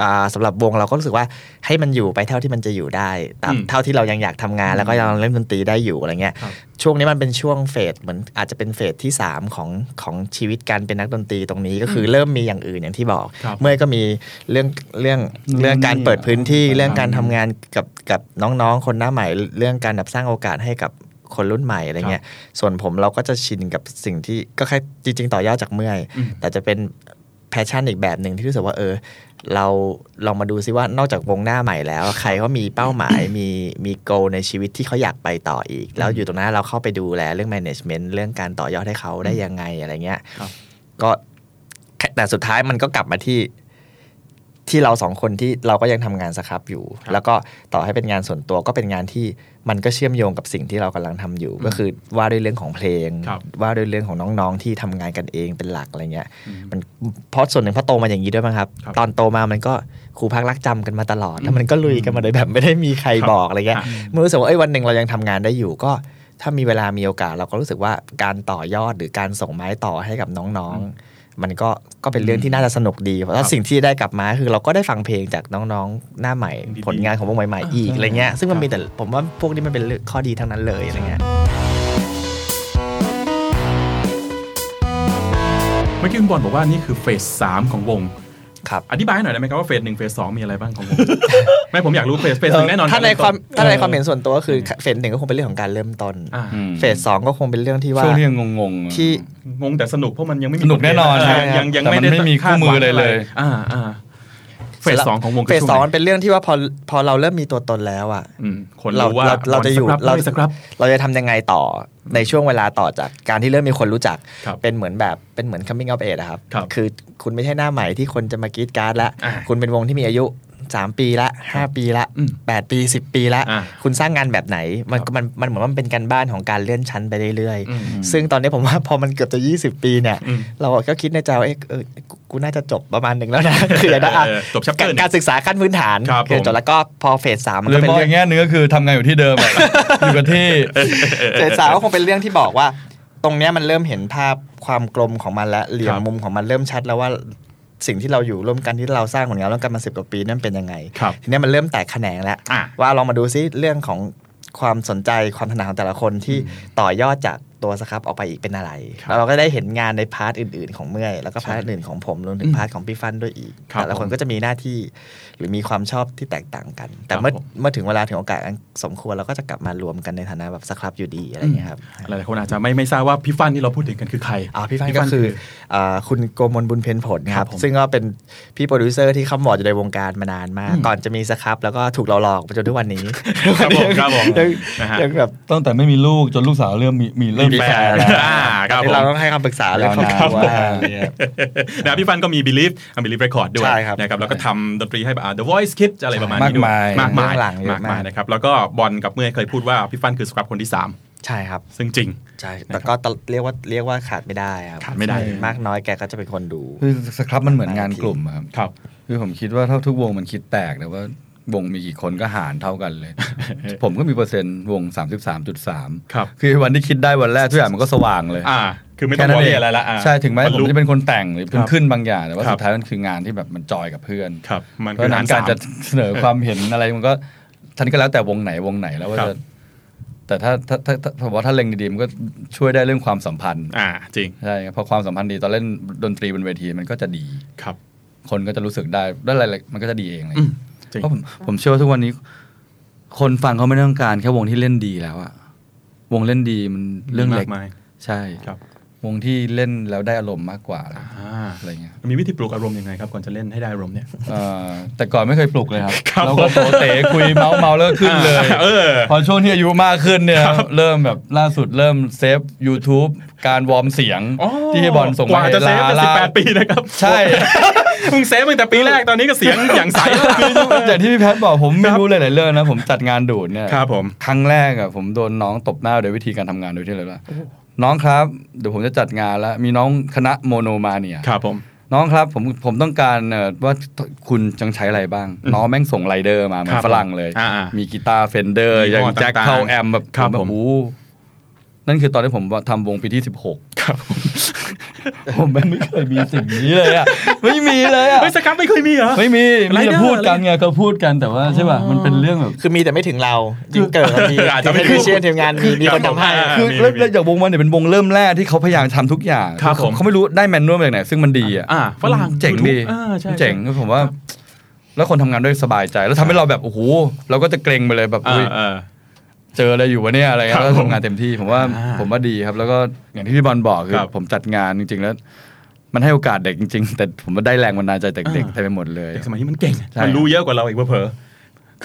[SPEAKER 4] อ่าสำหรับวงเราก็รู้สึกว่าให้มันอยู่ไปเท่าที่มันจะอยู่ได้ตาม
[SPEAKER 1] อืม
[SPEAKER 4] เท่าที่เรายังอยากทำงาน แล้วก็ยังเล่นดนตรีได้อยู่อะไรเงี้ย
[SPEAKER 1] ครับ
[SPEAKER 4] ช่วงนี้มันเป็นช่วงเฟสเหมือนอาจจะเป็นเฟสที่ 3 ของของชีวิตการเป็นนักดนตรีตรงนี้ก็คือเริ่มมีอย่างอื่นอย่างที่บอก
[SPEAKER 1] ครับ
[SPEAKER 4] เมื่อยก็มีเรื่องเรื่อง
[SPEAKER 3] นู่น
[SPEAKER 4] เรื่องการ
[SPEAKER 3] นี่
[SPEAKER 4] เปิดพื้นที่
[SPEAKER 3] อ่า
[SPEAKER 4] เรื่องการทำงานกับกับน้องๆ คนหน้าใหม่ เรื่องการแบบสร้างโอกาสให้กับคนรุ่นใหม่อะไรเงี้ยส่วนผมเราก็จะชินกับสิ่งที่ก็แค่จริง ๆ ต่อยอดจากเมื่อย
[SPEAKER 1] อืม
[SPEAKER 4] แต่จะเป็นแพชชั่นอีกแบบหนึ่งที่รู้สึกว่าเออ เราลองมาดูซิว่านอกจากวงหน้าใหม่แล้ว ใครเขามีเป้าหมาย มีมีโกในชีวิตที่เขาอยากไปต่ออีก แล้วอยู่ตรงนั้นเราเข้าไปดูแลเรื่อง management เรื่องการต่อยอดให้เขาได้ยังไงอะไรเงี้ย
[SPEAKER 1] ครับ
[SPEAKER 4] ก็แต่สุดท้ายมันก็กลับมาที่ที่เราสองคนที่เราก็ยังทำงานสครับอยู่ แล้วก็ต่อให้เป็นงานส่วนตัวก็เป็นงานที่มันก็เชื่อมโยงกับสิ่งที่เรากำลังทำอยู่ ก็คือว่าด้วยเรื่องของเพลง
[SPEAKER 1] ครับ
[SPEAKER 4] ว่าด้วยเรื่องของน้องๆ ที่ทำงานกันเองเป็นหลักอะไรเงี้ย มันเพราะส่วนหนึ่งเพราะโตมาอย่างนี้ด้วยมั้งครับ
[SPEAKER 1] ครับ
[SPEAKER 4] ตอนโตมามันก็ครูพักรักจำกันมาตลอด แล้วมันก็ลุยกันมาโดยแบบไม่ได้มีใคร
[SPEAKER 1] ครับ
[SPEAKER 4] บอกอะไรเงี้ย
[SPEAKER 1] อ่ะ
[SPEAKER 4] มันรู้สึกว่าเอ้ยวันหนึ่งเรายังทำงานได้อยู่ก็ ถ้ามีเวลามีโอกาสเราก็รู้สึกว่าการต่อยอดหรือการส่งไม้ต่อให้กับน้องๆ มันก็ก็เป็นเรื่องที่น่าจะสนุกดีเพราะว่าสิ่งที่ได้กลับมาคือเราก็ได้ฟังเพลงจากน้องๆ หน้าใหม่
[SPEAKER 1] ดีๆ
[SPEAKER 4] ผลงานของวงใหม่ๆอีกอะไรเงี้ยซึ่งมันมีแต่ผมว่าพวกนี้มันเป็นเรื่องข้อดีทั้งนั้นเลยอะไรเงี้ย
[SPEAKER 1] เมื่อกี้คุณบอลบอกว่านี่คือเฟสสามของวง
[SPEAKER 4] ครับ
[SPEAKER 1] อธิบายให้หน่อยได้ไหมครับว่าเฟสหนึ่งเฟสสองมีอะไรบ้าง ของวง ไม่ผมอยากรู้เฟสเฟสหนึ่งแน่นอน
[SPEAKER 4] ถ้าในความ
[SPEAKER 1] เริ่ต้
[SPEAKER 4] ถ้าในความเห็นส่วนตัวก็คือเฟสหนึ่งก็คงเป็นเรื่องของการเริ่มต้น
[SPEAKER 1] อ่า
[SPEAKER 3] อืม
[SPEAKER 4] เฟสสองก็คงเป็นเรื่องที่ว่า
[SPEAKER 3] ช่วงที่ยังงงๆ
[SPEAKER 4] ที่
[SPEAKER 1] งงแต่สนุกเพราะมันยังไม่มี
[SPEAKER 3] สนุกแน่นอน
[SPEAKER 1] เ
[SPEAKER 3] ครับ
[SPEAKER 1] ยังยัง
[SPEAKER 3] แต่มัน
[SPEAKER 1] ไม่ได้
[SPEAKER 3] ไม่มีคู่มืออะไรเลย
[SPEAKER 1] อ่าอ่าเฟสสองของวงคื
[SPEAKER 4] เฟส
[SPEAKER 1] ช่ว
[SPEAKER 4] สอง
[SPEAKER 1] ไหน
[SPEAKER 4] มันเป็นเรื่องที่ว่าพอพอเราเริ่มมีตัวตนแล้วอ่ะ
[SPEAKER 1] อืมคน
[SPEAKER 4] เรา
[SPEAKER 1] รู้ว่า
[SPEAKER 4] เราเราจะอยู่
[SPEAKER 1] เรา
[SPEAKER 4] เรา
[SPEAKER 1] สครับ
[SPEAKER 4] เราจะทำยังไงต่อในช่วงเวลาต่อจากการที่เริ่มมีคนรู้จัก
[SPEAKER 1] ครับ
[SPEAKER 4] เป็นเหมือนแบบเป็นเหมือน coming of age อะครับ
[SPEAKER 1] ครับ
[SPEAKER 4] อคุณไม่ใช่หน้าใหม่ที่คนจะมากรีดการ์ดละ
[SPEAKER 1] อ่า
[SPEAKER 4] คุณเป็นวงที่มีอายุ 3 ปีละ 5 ปีละ
[SPEAKER 1] อืม
[SPEAKER 4] 8 ปี 10 ปีละ
[SPEAKER 1] อ่า
[SPEAKER 4] คุณสร้างงานแบบไหนมัน
[SPEAKER 1] ครับ
[SPEAKER 4] มันมันเหมือนว่ามันเป็นการบ้านของการเลื่อนชั้นไปเรื่อย
[SPEAKER 1] อืม
[SPEAKER 4] ซึ่งตอนนี้ผมว่า พอมันเกือบจะ 20 ปีเนี่ย
[SPEAKER 1] อืม
[SPEAKER 4] เราก็คิดในใจว่าเอ๊ะเออกูกูน่าจะจบประมาณหนึ่งแล้วนะ คืออย่างนั้นอะ
[SPEAKER 1] เออจบ chapter หนึ่ง
[SPEAKER 4] การศึกษาขั้นพื้นฐาน
[SPEAKER 1] ครับ
[SPEAKER 4] อ
[SPEAKER 1] ผม
[SPEAKER 4] จบแล้วก็พอเฟสสามมัน
[SPEAKER 3] เล
[SPEAKER 4] ก็
[SPEAKER 3] ย
[SPEAKER 4] เป็น
[SPEAKER 3] มอง
[SPEAKER 4] เรื่
[SPEAKER 3] อ
[SPEAKER 4] อง
[SPEAKER 3] ย่างเงี้ยนึงก็คือทำงานอยู่ที่เดิมอะ อยู่กับที่
[SPEAKER 4] เศษสาวก็คงเป็นเรื่องที่บอกว่า ตรงเนี้ยมันเริ่มเห็นภาพความกลมของมันและเหลี่ย
[SPEAKER 1] ค
[SPEAKER 4] ม
[SPEAKER 1] รับ
[SPEAKER 4] มุมของมันเริ่มชัดแล้วว่าสิ่งที่เราอยู่ร่วมกันที่เราสร้างผลงานร่วมกันมาสิบกว่าปีนั่นเป็นยังไง
[SPEAKER 1] ครับ
[SPEAKER 4] ทีเนี้ยมันเริ่มแตกแขนงแล้ว
[SPEAKER 1] อ่ะ
[SPEAKER 4] ว่าลองมาดูซิเรื่องของความสนใจความถนัดของแต่ละคนที่ต่อยอดจากตัวสครับออกไปอีกเป็นอะไร
[SPEAKER 1] ครับ
[SPEAKER 4] แล้วเราก็ได้เห็นงานในพาร์ทอื่น ๆ ของเมื่อยแล้วก็พาร์ทอื่นๆของผมรวมถึงพาร์ทของพี่ฟันด้วยอีก
[SPEAKER 1] ครับ
[SPEAKER 4] แต่ละคนก็จะมีหน้าที่หรือมีความชอบที่แตกต่างกัน แต่
[SPEAKER 1] ครับ
[SPEAKER 4] เมื่อ
[SPEAKER 1] ผม
[SPEAKER 4] เมื่อถึงเวลาถึงโอกาสอันสมควรเราก็จะกลับมารวมกันในฐานะแบบสครับอยู่ดีอะไรอย่างเงี้ยครับ
[SPEAKER 1] หลายๆคนอาจจะไม่ไม่ทราบว่าพี่ฟันที่เราพูดถึงกันคือใคร
[SPEAKER 4] อ่าพี่ฟันก็คืออาคุณโกมลบุญเพ็ญผลค
[SPEAKER 1] ครั
[SPEAKER 4] รั
[SPEAKER 1] บบ ผม
[SPEAKER 4] ซึ่งก็เป็นพี่โปรดิวเซอร์ที่คำหมอดอยู่ในวงการมานานมาก ก่อนจะมีสครับ แล้วก็ถูกเราหลอกไปจนทุกวันนี้
[SPEAKER 1] ครับผมครับผม
[SPEAKER 4] ยัง
[SPEAKER 1] นะฮะ
[SPEAKER 4] ยังแบบ
[SPEAKER 3] ตั้งแต่ไม่มีลูกจนลูกสาวเริ่มมีมีเริ่มมีแฟนแล้ว
[SPEAKER 1] อ่าครับผ
[SPEAKER 4] ที่
[SPEAKER 1] ม
[SPEAKER 4] เราต้องให้คำปรึกษาเรื่องครอบค
[SPEAKER 3] ครับ
[SPEAKER 4] รัว
[SPEAKER 3] ผม
[SPEAKER 4] อะไรเงี้ย
[SPEAKER 1] นะพี่ฟันก็มี Believe อ่ะ Believe Record ด้วย
[SPEAKER 4] ใช่ครับ
[SPEAKER 1] นะครับแล้วก็ทำดนตรีให้แบบอ่า The Voice Kids อะไรประมาณนี้ด้วย
[SPEAKER 3] มาก
[SPEAKER 1] มากมา
[SPEAKER 3] มาย
[SPEAKER 1] ย
[SPEAKER 4] เบื้องหลังเยอะ
[SPEAKER 1] มากมาม
[SPEAKER 4] าย ก
[SPEAKER 1] นะครับแล้วก็บอลกับเมื่อยเคยพูดว่าพี่ฟันคือสครับคนที่
[SPEAKER 4] ใช่ครับ
[SPEAKER 1] 3 ซึ่งจริง
[SPEAKER 4] ใช่แต่ก็ต้องเรียกว่าเรียกว่าขาดไม่ได้ครับ
[SPEAKER 1] ขาดไม่ได้
[SPEAKER 4] มากน้อยแกก็จะเป็นคนดู
[SPEAKER 3] คือสครับมันเหมือนงานกลุ่มอะครับ
[SPEAKER 1] ครับ
[SPEAKER 3] คือผมคิดว่าเท่าทุกวงมันคิดแตกแต่ว่าวงมีกี่คนก็หารเท่ากัน เลย ผมก็มีเปอร์เซ็นต์วง 33.3
[SPEAKER 1] ครับ
[SPEAKER 3] คือวันที่คิดได้วันแรกทุกอย่างมันก็สว่างเลย
[SPEAKER 1] อ่า คือไม่ต้องวอ
[SPEAKER 3] แค่
[SPEAKER 1] รี่
[SPEAKER 3] นั้น
[SPEAKER 1] อะไรละอ่า
[SPEAKER 3] ใช่ถึงแม้
[SPEAKER 1] น
[SPEAKER 3] ผม
[SPEAKER 1] รู้
[SPEAKER 3] จะเป็นคนแต่งหรือ
[SPEAKER 1] ค
[SPEAKER 3] เป็
[SPEAKER 1] น รับ
[SPEAKER 3] ขึ้นบางอย่างแต่ว่า
[SPEAKER 1] ครับ
[SPEAKER 3] สุดท้ายมันคืองานที่แบบมันจอยกับเพื่อน
[SPEAKER 1] ครับ มัน
[SPEAKER 3] เพ
[SPEAKER 1] คือ
[SPEAKER 3] ราะฉะ
[SPEAKER 1] หา
[SPEAKER 3] นั้
[SPEAKER 1] ร
[SPEAKER 3] น
[SPEAKER 1] สา
[SPEAKER 3] การ
[SPEAKER 1] ม
[SPEAKER 3] จะเสนอความเห็นอะไรมันก็ทันก็แล้วแต่วงไหนวงไหนแล้วว่า
[SPEAKER 1] ครับ
[SPEAKER 3] จะแต่ถ้าถ้าถ้าถ้าผมว่าถ้าเล็งดีๆมันก็ช่วยได้เรื่องความสัมพันธ์
[SPEAKER 1] อ่าจริง
[SPEAKER 3] ใช่ครับพอความสัมพันธ์ดีตอนเล่นดนตรีบนเวทีมันก็จะดี
[SPEAKER 1] ครับ
[SPEAKER 3] คนก็จะรู้สึกได้ได้อะไรๆมันก็จะดีเองเลย
[SPEAKER 1] อืมจริง
[SPEAKER 3] เพราะผมผมเชื่อว่าทุกวันนี้ คนฟังเขาไม่ต้องการแค่วงที่เล่นดีแล้วอะวงเล่นดีมันเรื่องเล็ก
[SPEAKER 1] มากมาย
[SPEAKER 3] ใช่
[SPEAKER 1] ครับ
[SPEAKER 3] วงที่เล่นแล้วได้อารมณ์มากกว่าอะไร
[SPEAKER 1] อ่า
[SPEAKER 3] อะไรเงี้ย
[SPEAKER 1] มีวิธีปลุกอารมณ์ยังไงครับก่อนจะเล่นให้ได้อารมณ์เนี่ย
[SPEAKER 3] เอ่อแต่ก่อนไม่เคยปลุกเลยครับ
[SPEAKER 1] ครับ
[SPEAKER 3] เราก็
[SPEAKER 1] ผม
[SPEAKER 3] โตเตะคุยเมาส์เมาแล้วก็ขึ้นเลย
[SPEAKER 1] เออ
[SPEAKER 3] พอช่วงที่อายุมากขึ้นเนี่ยเริ่มแบบล่าสุดเริ่มเซฟ YouTube การวอร์มเสียง
[SPEAKER 1] อ๋อ
[SPEAKER 3] ที่ให้บอลส่ง
[SPEAKER 1] ก
[SPEAKER 3] มา
[SPEAKER 1] ว่าจะเซฟ
[SPEAKER 3] ให้
[SPEAKER 1] เป็นสิบแปดปีนะครับ
[SPEAKER 3] ใช่
[SPEAKER 1] มึงเซฟมึงแต่ปีแรกตอนนี้ก็เสียง อย่างใสแล้วล่ะ
[SPEAKER 3] จากที่พี่แพทย์บอกผมไม่รู้หลายๆเรื่องนะผมจัดงานดูดเนี่ย
[SPEAKER 1] ครับผม
[SPEAKER 3] ครั้งแรกอะผมโดนน้องตบหน้าโดยวิธีการทำงานโดยที่เลยว่าน้องครับ เดี๋ยวผมจะจัดงานแล้ว มีน้องคณะโมโนมาเนี่ย
[SPEAKER 1] ครับผม
[SPEAKER 3] น้องครับผมผมต้องการเอ่อว่าคุณจังใช้อะไรบ้าง น้องแม่งส่งไรเดอร์มาเหมือ
[SPEAKER 1] ครั
[SPEAKER 3] น
[SPEAKER 1] บ
[SPEAKER 3] ฝรั่งเลย
[SPEAKER 1] อ่าๆ
[SPEAKER 3] มีกีตาร์เฟนเดอร์
[SPEAKER 1] มี
[SPEAKER 3] อย่า
[SPEAKER 1] ห
[SPEAKER 3] ง
[SPEAKER 1] ม้อ
[SPEAKER 3] แจ็ค
[SPEAKER 1] ต่างๆ
[SPEAKER 3] เข้าแอมแบบ
[SPEAKER 1] ครับผม
[SPEAKER 3] แโอ้โหนั่นคือตอนที่ผมทำวงปีที่ 16
[SPEAKER 1] ครับ
[SPEAKER 3] ผมแม่งไม่เคยมีสิ่งนี้เลยอ่ะ ไม่มีเลยอ่ะ
[SPEAKER 1] เฮ้ยสครับไม่เคยมีเหรอ
[SPEAKER 3] ไม่มี
[SPEAKER 1] ไร
[SPEAKER 3] มี
[SPEAKER 1] เดอร์
[SPEAKER 3] แต่พูดกันไงก็พูดกันแต่ว่าใช่ป่ะ มันเป็นเรื่องแบบ
[SPEAKER 4] คือมีแต่ไม่ถึงเรายิงเกิดมี
[SPEAKER 1] อาจจะไม่ถึ
[SPEAKER 4] เป็น
[SPEAKER 1] ง
[SPEAKER 4] เชียทีมงานมีมีคนทำให้
[SPEAKER 1] อ่า
[SPEAKER 3] คือ
[SPEAKER 1] มี
[SPEAKER 3] เริ่ม
[SPEAKER 1] มี
[SPEAKER 3] เริ่มจากวงมันเนี่ยเป็นวงเริ่มแรกที่เขาพยายามทำทุกอย่าง
[SPEAKER 1] ครับผม
[SPEAKER 3] เขาไม่รู้ได้แมนนวลมาจากไหนซึ่งมันดีอ่ะ
[SPEAKER 1] อ่าฝรั่ง
[SPEAKER 3] เจ๋งดี
[SPEAKER 1] อ่าใช่
[SPEAKER 3] เจ๋งผมว่า
[SPEAKER 1] ครับ
[SPEAKER 3] แล้วคนทำงานด้วยสบายใจ แล้วทำให้เราแบบโอ้โหเราก็จะเกรงไปเลยแบบ
[SPEAKER 1] เอ
[SPEAKER 3] อุ๊ย
[SPEAKER 1] อเออ
[SPEAKER 3] เจออะไรอยู่วะเนี่ยอะไรเงี้
[SPEAKER 1] ครับ
[SPEAKER 3] ยแล้ว
[SPEAKER 1] ผม
[SPEAKER 3] ทำงานเต็มที่ ผมว่า
[SPEAKER 1] อ่า
[SPEAKER 3] ผมว่าดีครับ แล้วก็อย่างที่พี่บอลบอกคือ
[SPEAKER 1] ครับ
[SPEAKER 3] ผมจัดงานจริง ๆ แล้ว มันให้โอกาสเด็กจริง ๆ แต่ผมว่าได้แรงบันดาลใจจากเด็ก
[SPEAKER 1] อ่า
[SPEAKER 3] เต็มไปหมดเลย
[SPEAKER 1] เด็กสมัยนี้มันเก่ง
[SPEAKER 3] ใช่
[SPEAKER 1] มันรู้เยอะกว่าเราอีกเผลอ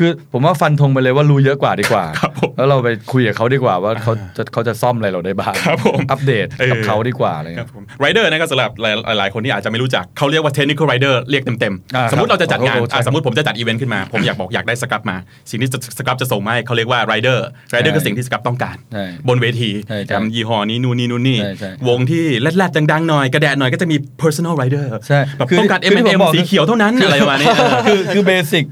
[SPEAKER 3] คือผมว่าฟันธงไปเลยว่ารู้เยอะกว่าดีกว่า
[SPEAKER 1] ครับผม
[SPEAKER 3] แล้วเราไปคุยกับเขาดีกว่าว่าเขาจะเขาจะซ่อมอะไรเราได้บ้าง
[SPEAKER 1] ครับผม
[SPEAKER 3] อัปเดต
[SPEAKER 1] เอ
[SPEAKER 3] กับ
[SPEAKER 1] อ
[SPEAKER 3] เขาดีกว่าอะไรเงี้ย
[SPEAKER 1] ครับผมไรเดอร์นะครับสำหรับหลายหลายคนที่อาจจะไม่รู้จักเขาเรียกว่า technical rider เรียกเต็ม
[SPEAKER 3] อ่า
[SPEAKER 1] ๆ สมมติเราจะจัดงาน
[SPEAKER 3] ครับ
[SPEAKER 1] อ่าสมมติผมจะจัดอีเวนต์ขึ้นมา ผมอยากบอกอยากได้สครับมา สิ่งที่สครับจะส่งมาให้เขาเรียกว่าไรเดอร์ไรเดอร์คือสิ่งที่สครับต้องการ
[SPEAKER 3] ใช่
[SPEAKER 1] บนเวที
[SPEAKER 3] ใช่ใช่
[SPEAKER 1] จำยี่ห้อนี้นู่นนี่นู่นนี่
[SPEAKER 3] ใช่ใช่
[SPEAKER 1] วงที่แรดๆดังๆหน่อยกระแดะหน่อยก็จะมี personal rider
[SPEAKER 3] ใช่
[SPEAKER 1] แบบ
[SPEAKER 3] คื
[SPEAKER 1] ต้องการ
[SPEAKER 3] คืที่ผ
[SPEAKER 1] M&M
[SPEAKER 3] บก
[SPEAKER 1] สีเขียวเท่านั้นอะไรประมาณนี้เออ
[SPEAKER 3] คือคือเบสิก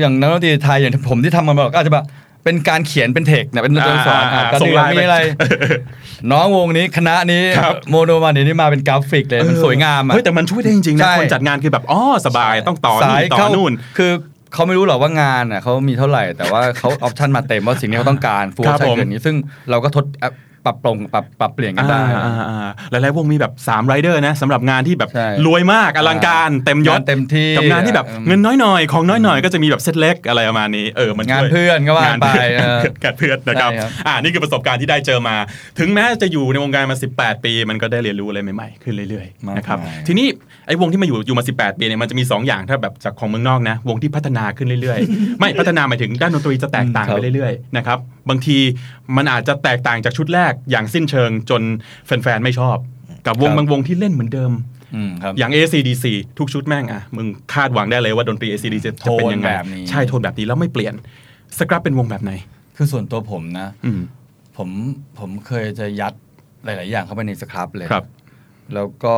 [SPEAKER 3] อย่างนักดนตรีไทยอย่างที่ผมที่ทำมาบอกก็อาจจะแบบเป็นการเขียนเป็นเทคเนี่ยเป็นตัวอักษร
[SPEAKER 1] อ่าอ่า
[SPEAKER 3] อ่ะก็
[SPEAKER 1] ส่ง
[SPEAKER 3] เรี
[SPEAKER 1] ไล
[SPEAKER 3] ยก
[SPEAKER 1] น์ไป
[SPEAKER 3] มี อะไร น้องวงนี้คณะนี้
[SPEAKER 1] ครับ
[SPEAKER 3] โมโนมาเนี่ยนี่มาเป็นกราฟิกเลยมันสวยงามอ่ะ
[SPEAKER 1] เฮ้ยแต่มันช่วยได้จริงๆนะ
[SPEAKER 3] ใช่
[SPEAKER 1] คนจัดงานคือแบบอ๋อสบายต้องต่อนี่ต่อนู่น
[SPEAKER 3] คือเขาไม่รู้หรอกว่างานอ่ะเขามีเท่าไหร่แต่ว่าเขาออปชันมาเต็มว่าสิ่งที่เขาต้องการฟูล
[SPEAKER 1] ค
[SPEAKER 3] อ
[SPEAKER 1] รั
[SPEAKER 3] อบป
[SPEAKER 1] ผ
[SPEAKER 3] ชั่น
[SPEAKER 1] ม
[SPEAKER 3] เกินนี้ซึ่งเราก็ทดแอปปรับปรุงปรับปรับเปลี่ยนกันได้
[SPEAKER 1] อ่าอ่าอ่าหลายๆวงมีแบบ3ไรเดอร์นะสำหรับงานที่แบบ
[SPEAKER 3] ใช่
[SPEAKER 1] รวยมากอลังการเต็มยศ
[SPEAKER 3] งานเต็มที่
[SPEAKER 1] กับงานที่แบบ
[SPEAKER 3] เออ
[SPEAKER 1] เงินน้อยหน่อยของน้อยหน่อยก็จะมีแบบเซตเล็กอะไรประมาณนี้เออมัน
[SPEAKER 3] งาน
[SPEAKER 1] ช่วย
[SPEAKER 3] เพื่อนก็ว่าง
[SPEAKER 1] าน
[SPEAKER 3] ไปเออ
[SPEAKER 1] เกัดเพื่อนนะครับ
[SPEAKER 3] ได้ครับ
[SPEAKER 1] อ่า นี่คือประสบการณ์ที่ได้เจอมา ถึงแม้จะอยู่ในวงการมา 18 ปี มันก็ได้เรียนรู้อะไรใหม่ๆ ขึ้นเรื่อย
[SPEAKER 3] มาก
[SPEAKER 1] ๆ นะครับ
[SPEAKER 3] มาย
[SPEAKER 1] ทีนี้ไอ้วงที่มาอยู่อยู่มา 18 ปีเนี่ย มันจะมี 2 อย่าง ถ้าแบบจากของเมืองนอกนะ วงที่พัฒนาขึ้นเรื่อยๆ ไม่พัฒนาหมายถึงด้านดนตรีจะแตกต่าง
[SPEAKER 3] ครับ
[SPEAKER 1] ไปเรื่อยๆ นะครับ บางทีมันอาจจะแตกต่างจากชุดแรกอย่างสิ้นเชิงจนแฟนๆ ไม่ชอบ กับวงบางวงที่เล่นเหมือนเดิม
[SPEAKER 3] อืมครับ
[SPEAKER 1] อย่าง ACDC ทุกชุดแม่งอะมึงคาดหวังได้เลยว่าดนตรี ACDC จะเป็นยังไง
[SPEAKER 3] โทนแบบนี้
[SPEAKER 1] ใช่โทนแบบนี้แล้วไม่เปลี่ยนสครับเป็นวงแบบไหน
[SPEAKER 3] คือส่วนตัวผมนะ
[SPEAKER 1] อืม
[SPEAKER 3] ผมผมเคยจะยัดหลาย ๆ อย่างเข้าไปในสครับเลย
[SPEAKER 1] ครับ
[SPEAKER 3] แล้วก็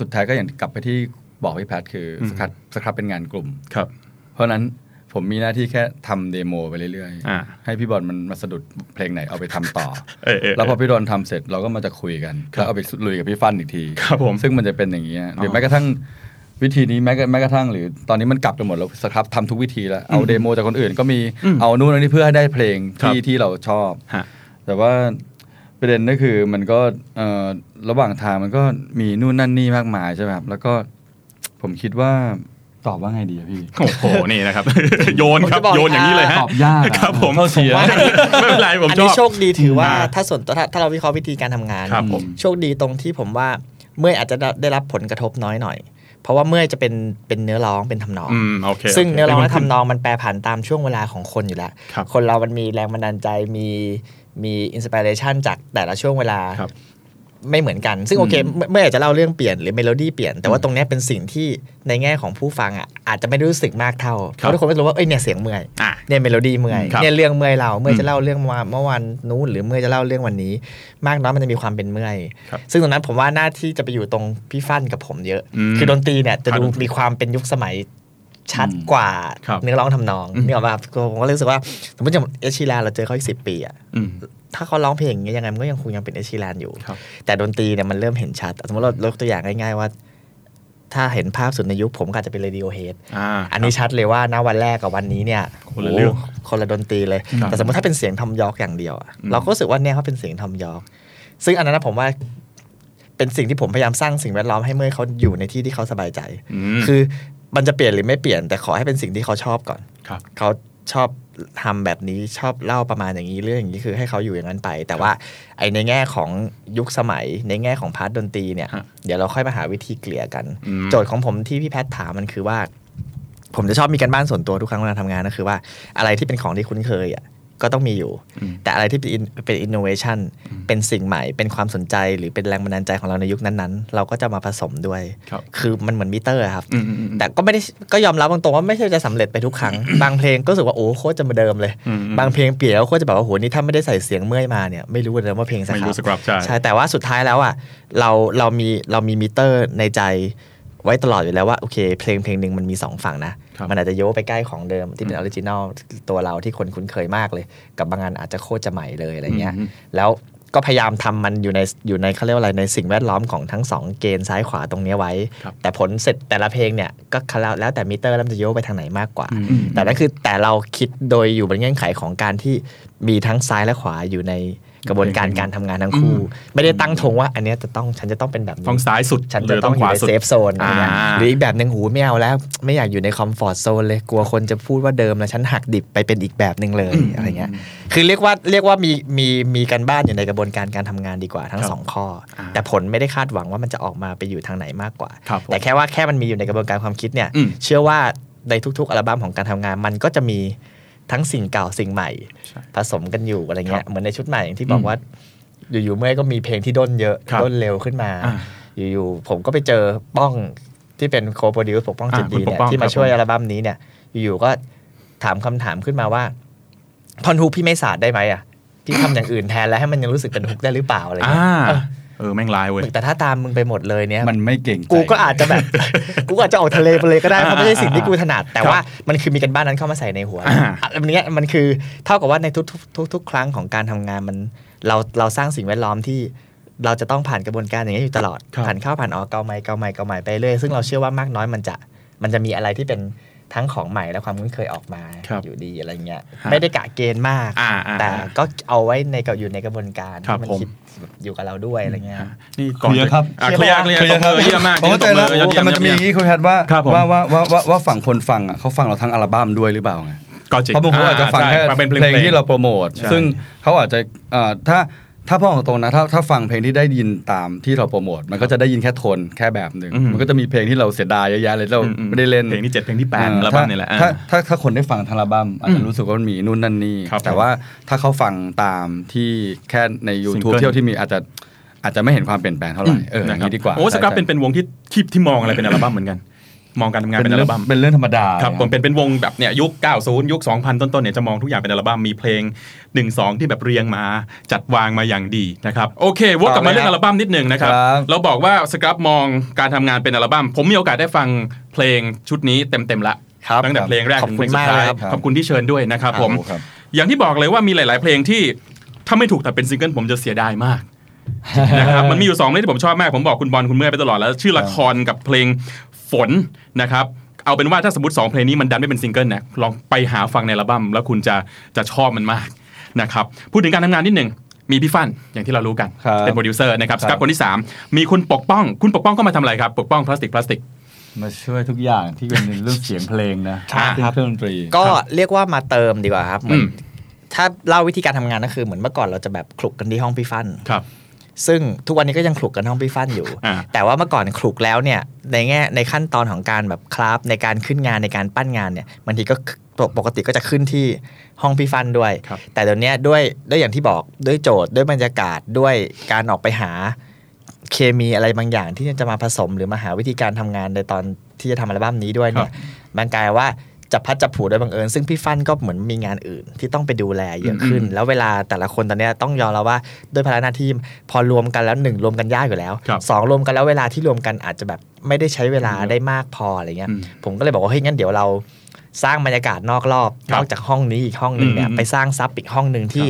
[SPEAKER 3] สุดท้ายก็อย่างกลับไปที่บอกพี่แพทคืออ
[SPEAKER 1] ม
[SPEAKER 3] สครับสครับเป็นงานกลุ่ม
[SPEAKER 1] ครับ
[SPEAKER 3] เพราะฉะนั้นผมมีหน้าที่แค่ทำเดโมไปเรื่อย
[SPEAKER 1] อ่า
[SPEAKER 3] ๆ ให้พี่บอลมันมาสะดุดเพลงไหนเอาไปทำต่อ
[SPEAKER 1] เออเออ
[SPEAKER 3] แล้วพอพี่บอลทำเสร็จเราก็มาจะคุยกัน
[SPEAKER 1] ครับ
[SPEAKER 3] แล้วเอาไปลุยกับพี่ฟันอีกที
[SPEAKER 1] ครับผม
[SPEAKER 3] ซึ่งมันจะเป็นอย่างนี้ยหรืออ
[SPEAKER 1] อ
[SPEAKER 3] แม้กระทั่งวิธีนี้แม้กระแม้กระทั่งหรือตอนนี้มันกลับไปหมดแล้วสครับทำทุกวิธีแล้วเอาเดโมจากคนอื่นก็มีเอานู่นเอานี่เพื่อให้ได้เพลงที่ที่เราชอบ
[SPEAKER 1] ฮะ
[SPEAKER 3] แต่ว่าประเด็นก็คือมันก็เอ่อระหว่างทางมันก็มีนู่นนั่นนี่มากมายใช่ไหมครับแล้วก็ผมคิดว่าตอบว่าไงดีอะพี่
[SPEAKER 1] โอ้โห นี่นะครับ โยนครับ
[SPEAKER 4] ผมจะบอก
[SPEAKER 1] โยนอย่างนี้เลยฮะ
[SPEAKER 3] ตอบยากอะ
[SPEAKER 1] ครับผม
[SPEAKER 3] เท่าเสีย
[SPEAKER 1] ว่าไม่เป็นไรผม
[SPEAKER 4] อัน
[SPEAKER 1] ช
[SPEAKER 4] นี้
[SPEAKER 1] อบ
[SPEAKER 4] โชคดีถือว่า
[SPEAKER 1] อ่า
[SPEAKER 4] ถ้าส่วนตัวถ้าถ้าเราวิเคราะห์วิธีการทำงาน
[SPEAKER 1] ครับผม
[SPEAKER 4] โชคดีตรงที่ผมว่าเมื่อยอาจจะได้ได้รับผลกระทบน้อยหน่อย เพราะว่าเมื่อยจะเป็นเป็นเนื้อร้องเป็นทำนอง
[SPEAKER 1] อืมโอเค
[SPEAKER 4] ซึ่งเนื้อร้อง
[SPEAKER 1] ป็
[SPEAKER 4] และ
[SPEAKER 1] ค
[SPEAKER 4] ทำนองมันแปรผันตามช่วงเวลาของคนอยู่แล้ว
[SPEAKER 1] ครับ
[SPEAKER 4] คนเรามันมีแรงบันดาลใจมีมีอินสปิเรชันจากแต่ละช่วงเวลา
[SPEAKER 1] ครับ
[SPEAKER 4] ไม่เหมือนกัน ซึ่งโอเคเมื่อเมื่ออาจจะเล่าเรื่องเปลี่ยนหรือเมโลดี้เปลี่ยน แต่ว่าตรงเนี้ยเป็นสิ่งที่ในแง่ของผู้ฟังอ่ะอาจจะไม่ได้รู้สึกมากเท่าเพราะทุกคนไม่รู้ว่าเอ้ยเนี่ยเสียงเมื่อย
[SPEAKER 1] อ่ะ
[SPEAKER 4] เนี่ยเมโลดี้เมื่อย
[SPEAKER 1] ครับ
[SPEAKER 4] เนี่ยเรื่องเมื่อยเราเมื่อย
[SPEAKER 1] อื
[SPEAKER 4] จะ
[SPEAKER 1] ม
[SPEAKER 4] เล่าเรื่องเมื่อวานเมื่อวันนู้นหรือเมื่อยจะเล่าเรื่องวันนี้ มากน้อยมันจะมีความเป็นเมื่อย
[SPEAKER 1] ครับ
[SPEAKER 4] ซึ่งตรงนั้นผมว่าหน้าที่จะไปอยู่ตรงพี่ฟั่นกับผมเยอะ
[SPEAKER 1] อืม
[SPEAKER 4] คือดนตรีเนี่ยจะ
[SPEAKER 1] ครับด
[SPEAKER 4] ดู
[SPEAKER 1] นตรี
[SPEAKER 4] มีความเป็นยุคสมัย ชัด
[SPEAKER 3] อืม
[SPEAKER 4] กว่า
[SPEAKER 1] ครับ
[SPEAKER 4] เนื้อร้องทำนอง
[SPEAKER 1] อืม
[SPEAKER 4] นี่ออกมาผมก็เลยรู้สึกว่าสมมติอย่างเอชิลาเราเจอเขาอีกสิปีอะ
[SPEAKER 1] อืม
[SPEAKER 4] ถ้าเขาร้องเพลงอย่างเงี้ยยังไงมันก็ยังคงยังเป็นเอชิลานอยู่
[SPEAKER 1] ครับ
[SPEAKER 4] แต่ดนตรีเนี่ยมันเริ่มเห็นชัด สมมติเรายกตัวอย่างง่ายๆว่า ถ้าเห็นภาพสุดในยุคผมก็อาจจะเป็นเรดิโอเฮด
[SPEAKER 1] อ่า
[SPEAKER 4] อันนี้ชัดเลยว่าณวันแรกกับวันนี้เนี่ย
[SPEAKER 1] คนละเรื่อง
[SPEAKER 4] โโหคนละดนตรีเลย
[SPEAKER 1] ครับ
[SPEAKER 4] แต่สมมติถ้าเป็นเสียงทอมยอร์กอย่างเดียวอะเราก็รู้สึกว่าเนี่ยเขาเป็นเสียงทอมยอร์กซึ่งอันนั้นนะผมว่าเป็นสิ่งที่ผมพยายามสร้างสิ่งแวดล้อมให้เมื่อเขาอยู่ในที่ที่เขาสบายใจ
[SPEAKER 1] อืม
[SPEAKER 4] คือมันจะเปลี่ยนหรือไม่เปลี่ยนแต่ขอให้เป็นสิ่งที่เขาชอบก่อน
[SPEAKER 1] ครับ
[SPEAKER 4] เขาชอบทำแบบนี้ชอบเล่าประมาณอย่างนี้เรื่องอย่างนี้คือให้เขาอยู่อย่างนั้นไป แต่ว่าไอในแง่ของยุคสมัยในแง่ของพาร์ทดนตรีเนี่ย
[SPEAKER 1] ฮะ
[SPEAKER 4] เดี๋ยวเราค่อยมาหาวิธีเกลี่ยกัน
[SPEAKER 1] อืม
[SPEAKER 4] โจทย์ของผมที่พี่แพทย์ถามมันคือว่า ผมจะชอบมีการบ้านส่วนตัวทุกครั้งเวลาทำงานก็คือว่าอะไรที่เป็นของที่คุ้นเคยอ่ะก็ต้องมีอยู่ แต่อะไรที่เป็น in- เป็นอินโนเวชันเป็นสิ่งใหม่ เป็นความสนใจหรือเป็นแรงบันดาลใจของเราในยุคนั้นๆ เราก็จะมาผสมด้วย
[SPEAKER 1] ครับ
[SPEAKER 4] คือมันเหมือนมิเตอร์อะครับ
[SPEAKER 1] อืมอืมอืม
[SPEAKER 4] แต่ก็ไม่ได้ก็ยอมรับตรงๆว่าไม่ใช่จะสำเร็จไปทุกครั้ง บางเพลงก็รู้สึกว่าโอ้โคตรจะเหมาเดิมเลย บางเพลงเปลี่ยนแล้วโคตรจะแบบว่าโหนี่ถ้าไม่ได้ใส่เสียงเมื่อยมาเนี่ยไม่รู้เลยว่าเพลงสัก
[SPEAKER 1] ไม่
[SPEAKER 4] ค
[SPEAKER 1] รู้
[SPEAKER 4] รั้ง
[SPEAKER 1] สครับใช่
[SPEAKER 4] ใช่แต่ว่าสุดท้ายแล้วอ่ะเราเรามีเรามีมิเตอร์ในใจไว้ตลอดอยู่แล้วว่า โอเค เพลงเพลงหนึ่งมันมี 2 ฝั่งนะ
[SPEAKER 1] ครับ
[SPEAKER 4] มันอาจจะโยกไปใกล้ของเดิมที่เป็นออริจินอลตัวเราที่คนคุ้นเคยมากเลย กับบางงานอาจจะโคตรจะใหม่เลยอะไรเงี้ยแล้ว ก็พยายามทำมันอยู่ในอยู่ในเขาเรียกว่าอะไรในสิ่งแวดล้อมของทั้งสองเกณฑ์ซ้ายขวาตรงเนี้ยไว้
[SPEAKER 1] ครับ
[SPEAKER 4] แต่ผลเสร็จแต่ละเพลงเนี่ยก็แล้วแล้วแต่มิเตอร์แล้วมันจะโยกไปทางไหนมากกว่า
[SPEAKER 1] อืม
[SPEAKER 4] แต่นั่นคือแต่เราคิดโดยอยู่บนเงื่อนไขของการที่มีทั้งซ้ายและขวาอยู่ในกระบวนการการทำงานทั้งคู่ ไม่ได้ตั้งธงว่าอันเนี้ยจะต้องฉันจะต้องเป็นแบบนี้
[SPEAKER 1] ต้องซ้ายสุด
[SPEAKER 4] ฉัน
[SPEAKER 1] ห
[SPEAKER 4] จะ
[SPEAKER 1] รือ
[SPEAKER 4] ต้
[SPEAKER 1] ต้
[SPEAKER 4] อ
[SPEAKER 1] อง งข
[SPEAKER 4] อยู่
[SPEAKER 1] วา
[SPEAKER 4] ใน
[SPEAKER 1] สุด
[SPEAKER 4] เซฟโซนอะไรเงี้ย
[SPEAKER 1] อ่า
[SPEAKER 4] หรืออีกแบบหนึ่งหูไม่เอาแล้ว ไม่อยากอยู่ในคอมฟอร์ z โซนเลยกลัวคนจะพูดว่าเดิมแล้วฉันหักดิบไปเป็นอีกแบบหนึ่งเลยอะไรเงี้ยคือเรียกว่าเรียกว่ามีมีมีการบ้านอยู่ในกระบวนการการทำงานดีกว่าทั้งสองข้อ แต่ผลไม่ได้คาดหวังว่ามันจะออกมาไปอยู่ทางไหนมากกว่า
[SPEAKER 1] ครับผม
[SPEAKER 4] แต่แค่ว่าแค่มันมีอยู่ในกระบวนการความคิดเนี่ย
[SPEAKER 1] อืม
[SPEAKER 4] เชื่อว่าในทุกๆ อัลบั้มของการทำงานมันก็จะมีทั้งสิ่งเก่าสิ่งใหม่
[SPEAKER 1] ใช่
[SPEAKER 4] ผสมกันอยู่อะไรเงี้ยเหมือนในชุดใหม่อย่างที่บอ
[SPEAKER 1] อื
[SPEAKER 4] ก
[SPEAKER 1] ม
[SPEAKER 4] ว่า อยู่ๆเมื่อยก็มีเพลงที่ด้นเยอะ
[SPEAKER 1] ครับ
[SPEAKER 4] ด้นเร็วขึ้นมา
[SPEAKER 1] อ่า
[SPEAKER 4] อยู่ๆผมก็ไปเจอป้องที่เป็นโคโปรดิวปกป้องจิต
[SPEAKER 1] อ่าคุณ
[SPEAKER 4] ดี
[SPEAKER 1] ปก
[SPEAKER 4] เนี่ย
[SPEAKER 1] ป้อง
[SPEAKER 4] ที่
[SPEAKER 1] ครั
[SPEAKER 4] มา
[SPEAKER 1] บ
[SPEAKER 4] ช่วย
[SPEAKER 1] ผม
[SPEAKER 4] อัลบั้มนี้เนี่ย อยู่ๆก็ถามคำถามขึ้นมาว่าทอนฮุกพี่ไม่สาดได้ไหมอ่ะพี่ทำอย่างอื่นแทนแล้วให้มันยังรู้สึกเป็นฮุกได้หรือเปล่าอะไร
[SPEAKER 1] อ่า
[SPEAKER 4] เงี้ยเออ
[SPEAKER 1] เออแม่งลายเว้ย
[SPEAKER 4] แต่ถ้าตามมึงไปหมดเลยเนี่ย
[SPEAKER 3] มันไม่เก่งใจ
[SPEAKER 4] กูก็อาจจะ แบบ กูอาจจะออกทะเลไปเลยก็ได้
[SPEAKER 1] อ่า
[SPEAKER 4] เพราะไม่ใช่สิ่งที่กูถนัด แต่
[SPEAKER 1] ครับ
[SPEAKER 4] ว่ามันคือมีกันบ้านนั้นเข้ามาใส่ในหัว
[SPEAKER 1] อ่า
[SPEAKER 4] อ่ะอันเนี้ยมันคือเท่ากับว่าในทุกทุกๆทุกๆครั้งของการทำงานมันเราเราสร้างสิ่งแวดล้อมที่เราจะต้องผ่านกระบวนการอย่างนี้ยอยู่ตลอด
[SPEAKER 1] ครับ
[SPEAKER 4] ผ่านเข้าผ่านออกเกาไม้เกาไม้เกาไม้ไปเรื่อยซึ่งเราเชื่อว่ามากน้อยมันจะมันจะมีอะไรที่เป็นทั้งของใหม่และความคุ้นเคยออกมา
[SPEAKER 1] ครับ
[SPEAKER 4] อยู่ดีอะไรเงี้ย
[SPEAKER 1] ฮะ
[SPEAKER 4] ไม่ได้กะเกณฑ์มาก
[SPEAKER 1] อ่าอ่า
[SPEAKER 4] แต่ก็เอาไว้ในกับอยู่ในกระบวนการ
[SPEAKER 1] ครับ
[SPEAKER 4] ที่มัน
[SPEAKER 1] ผม
[SPEAKER 4] คิดอยู่กับเราด้วยอะไรเงี้ย
[SPEAKER 1] นี่ก่
[SPEAKER 3] ก่
[SPEAKER 1] อ
[SPEAKER 3] อน นเคลียร์ครับ
[SPEAKER 1] อ่ะเคลียร์เคลียร์ตบมือเยี่ยมมาก
[SPEAKER 3] ผมเข้าใจแล้ว
[SPEAKER 1] ตบมือยอดเยี่ย
[SPEAKER 3] แต่
[SPEAKER 1] ม
[SPEAKER 3] มันจะมี
[SPEAKER 1] ย
[SPEAKER 3] อ
[SPEAKER 1] อด
[SPEAKER 3] ย่าง
[SPEAKER 1] เยี่ย
[SPEAKER 3] นี้คุณแพทย์ว่า
[SPEAKER 1] ครับผม
[SPEAKER 3] ว่าว่าว่าว่าว่าฝั่งคนฟังอ่ะเขาฟังเราทั้งอัลบั้มด้วยหรือเปล่าไง
[SPEAKER 1] ก็จริง
[SPEAKER 3] เพราะบางคนอาจจะฟังแค่
[SPEAKER 1] ใช่มันป็น
[SPEAKER 3] เพลงที่เราโปรโมท
[SPEAKER 1] ใช่
[SPEAKER 3] ซึ่งเขาอาจจะเอ่อถ้าถ้าพ่อของตรงนะถ้าถ้าฟังเพลงที่ได้ยินตามที่เราโปรโมท มันก็จะได้ยินแค่โทนแค่แบบหนึ่ง
[SPEAKER 1] อืม
[SPEAKER 3] มันก็จะมีเพลงที่เราเสียดายเยอะแยะเลยที่เรา
[SPEAKER 1] อือื
[SPEAKER 3] ไม่ได้เล่น
[SPEAKER 1] เพลงที่เจ็ดเพลงที่แปด
[SPEAKER 3] เออ
[SPEAKER 1] อัลบั้มนี่แหละอ่า
[SPEAKER 3] ถ้าถ้าถ้าคนได้ฟังทางอัลบั้มอาจจะรู้สึกว่ามันมีนู่นนั่นนี่
[SPEAKER 1] ครับ
[SPEAKER 3] แต่ว่าถ้าเขาฟังตามที่แค่ใน YouTube
[SPEAKER 1] ซิงเกิล
[SPEAKER 3] เที่ยวที่มีอาจจะอาจจะไม่เห็นความเปลี่ยนแปลงเท่าไหร่เอออย่างนี้ดีกว่า
[SPEAKER 1] โอ้สครับ
[SPEAKER 3] ใช่
[SPEAKER 1] เป็นเป็นวงที่ที่ที่มองอะไรเป็นอัลบั้มเหมือนกัน มองการทำงาน
[SPEAKER 3] เป็
[SPEAKER 1] เป็น นอัล
[SPEAKER 3] เรื่อง
[SPEAKER 1] บั้ม
[SPEAKER 3] เป็นเรื่องธรรมดา
[SPEAKER 1] ครับผมเป็นเป็นวงแบบเนี่ยยุค 90 ยุค 2000 ต้นๆเนี่ยจะมองทุกอย่างเป็นอัลบั้มมีเพลง 1 2 ที่แบบเรียงมาจัดวางมาอย่างดีนะครับโอเควกกลับมาเรื่องอัลบั้มนิดหนึงนะครับ เราบอกว่าสครับมองการทำงานเป็นอัลบั้มผมมีโอกาสได้ฟังเพลงชุดนี้เต็มๆละ
[SPEAKER 4] ครับ
[SPEAKER 1] ตั้งแต่เพลงแรก
[SPEAKER 4] ขอบ
[SPEAKER 1] ถึงเพ
[SPEAKER 4] คุ
[SPEAKER 1] ล
[SPEAKER 4] ณ
[SPEAKER 1] งสุ
[SPEAKER 4] มาก
[SPEAKER 1] ด
[SPEAKER 4] เลย
[SPEAKER 1] ท้าย
[SPEAKER 4] ครับ
[SPEAKER 1] ขอบคุณที่เชิญด้วยนะครับผม
[SPEAKER 3] โอ้ครับ
[SPEAKER 1] อย่างที่บอกเลยว่ามีหลาย ๆ เพลงที่ถ้าไม่ถูกตัดเป็นซิงเกิลผมจะเสียดายมาก นะครับมันมีอยู่สองเรื่องที่ผมชอบมากผมบอกคุณบอลคุณเมื่อยไปตลอดแล้วชื่อละครกับเพลงฝนนะครับเอาเป็นว่าถ้าสมมติสองเพลงนี้มันดันไม่เป็นซิงเกิลนะลองไปหาฟังในอัลบั้มแล้วคุณจะจะชอบมันมากนะครับพูดถึงการทำงานนิดหนึ่งมีพี่ฟันอย่างที่เรารู้กัน
[SPEAKER 3] ครับ
[SPEAKER 1] เป็นโปรดิวเซอร์นะครับ
[SPEAKER 3] ค
[SPEAKER 1] ส
[SPEAKER 3] รับ
[SPEAKER 1] กับคนที่สามมีคุณปกป้อง คุณปกป้องก็มาทำอะไรครับปกป้องพลาสติกพลาสติก
[SPEAKER 3] มาช่วยทุกอย่างที่เป็นเรื่องเสียงเพลงนะครับ ซึ่งเครื่องดนตรี
[SPEAKER 4] ก็เรียกว่ามาเติมดีกว่าครับเหมื
[SPEAKER 1] อื
[SPEAKER 4] อน
[SPEAKER 1] ม
[SPEAKER 4] ถ้าเล่าวิธีการทำงานก็คือเหมือนเมื่อก่อนเราจะแบบคลุกกันที่ห้องพี่ฟัน
[SPEAKER 1] ครับ
[SPEAKER 4] ซึ่งทุกวันนี้ก็ยังคลุกกันห้องพี่ฟันอยู่
[SPEAKER 1] อ่า
[SPEAKER 4] แต่ว่าเมื่อก่อนคลุกแล้วเนี่ยในแง่ในขั้นตอนของการแบบคราฟในการขึ้นงานในการปั้นงานเนี่ยบางทีก็ปกปกติก็จะขึ้นที่ห้องพี่ฟันด้วย
[SPEAKER 1] ครับ
[SPEAKER 4] แต่เดี๋ยวเนี้ยด้วยด้วยอย่างที่บอกด้วยโจทย์ด้วยบรรยากาศด้วยการออกไปหาเคมีอะไรบางอย่างที่จะมาผสมหรือมาหาวิธีการทำงานในตอนที่จะทำอัลบั้มนี้ด้วยเนี่ย มันกลายว่าจับพลัดจับผลูโดยบังเอิญซึ่งพี่ฟันก็เหมือนมีงานอื่นที่ต้องไปดูแลเยอะขึ้น แล้วเวลาแต่ละคนตอนเนี้ยต้องยอมรับว่าด้วยภาระหน้าที่พอรวมกันแล้วหนึ่งรวมกันยากอยู่แล้ว
[SPEAKER 1] ครับ
[SPEAKER 4] สองรวมกันแล้วเวลาที่รวมกันอาจจะแบบไม่ได้ใช้เวลาได้มากพออะไรเงี้ย
[SPEAKER 1] อืม
[SPEAKER 4] ผมก็เลยบอกว่าเฮ้ยงั้นเดี๋ยวเราสร้างบรรยากาศนอกรอบ
[SPEAKER 1] ครับ
[SPEAKER 4] นอกจากห้องนี้อีกห้องหนึ่งเนี่ย
[SPEAKER 1] อืม
[SPEAKER 4] ไปสร้างซับอีกห้องหนึ่งที่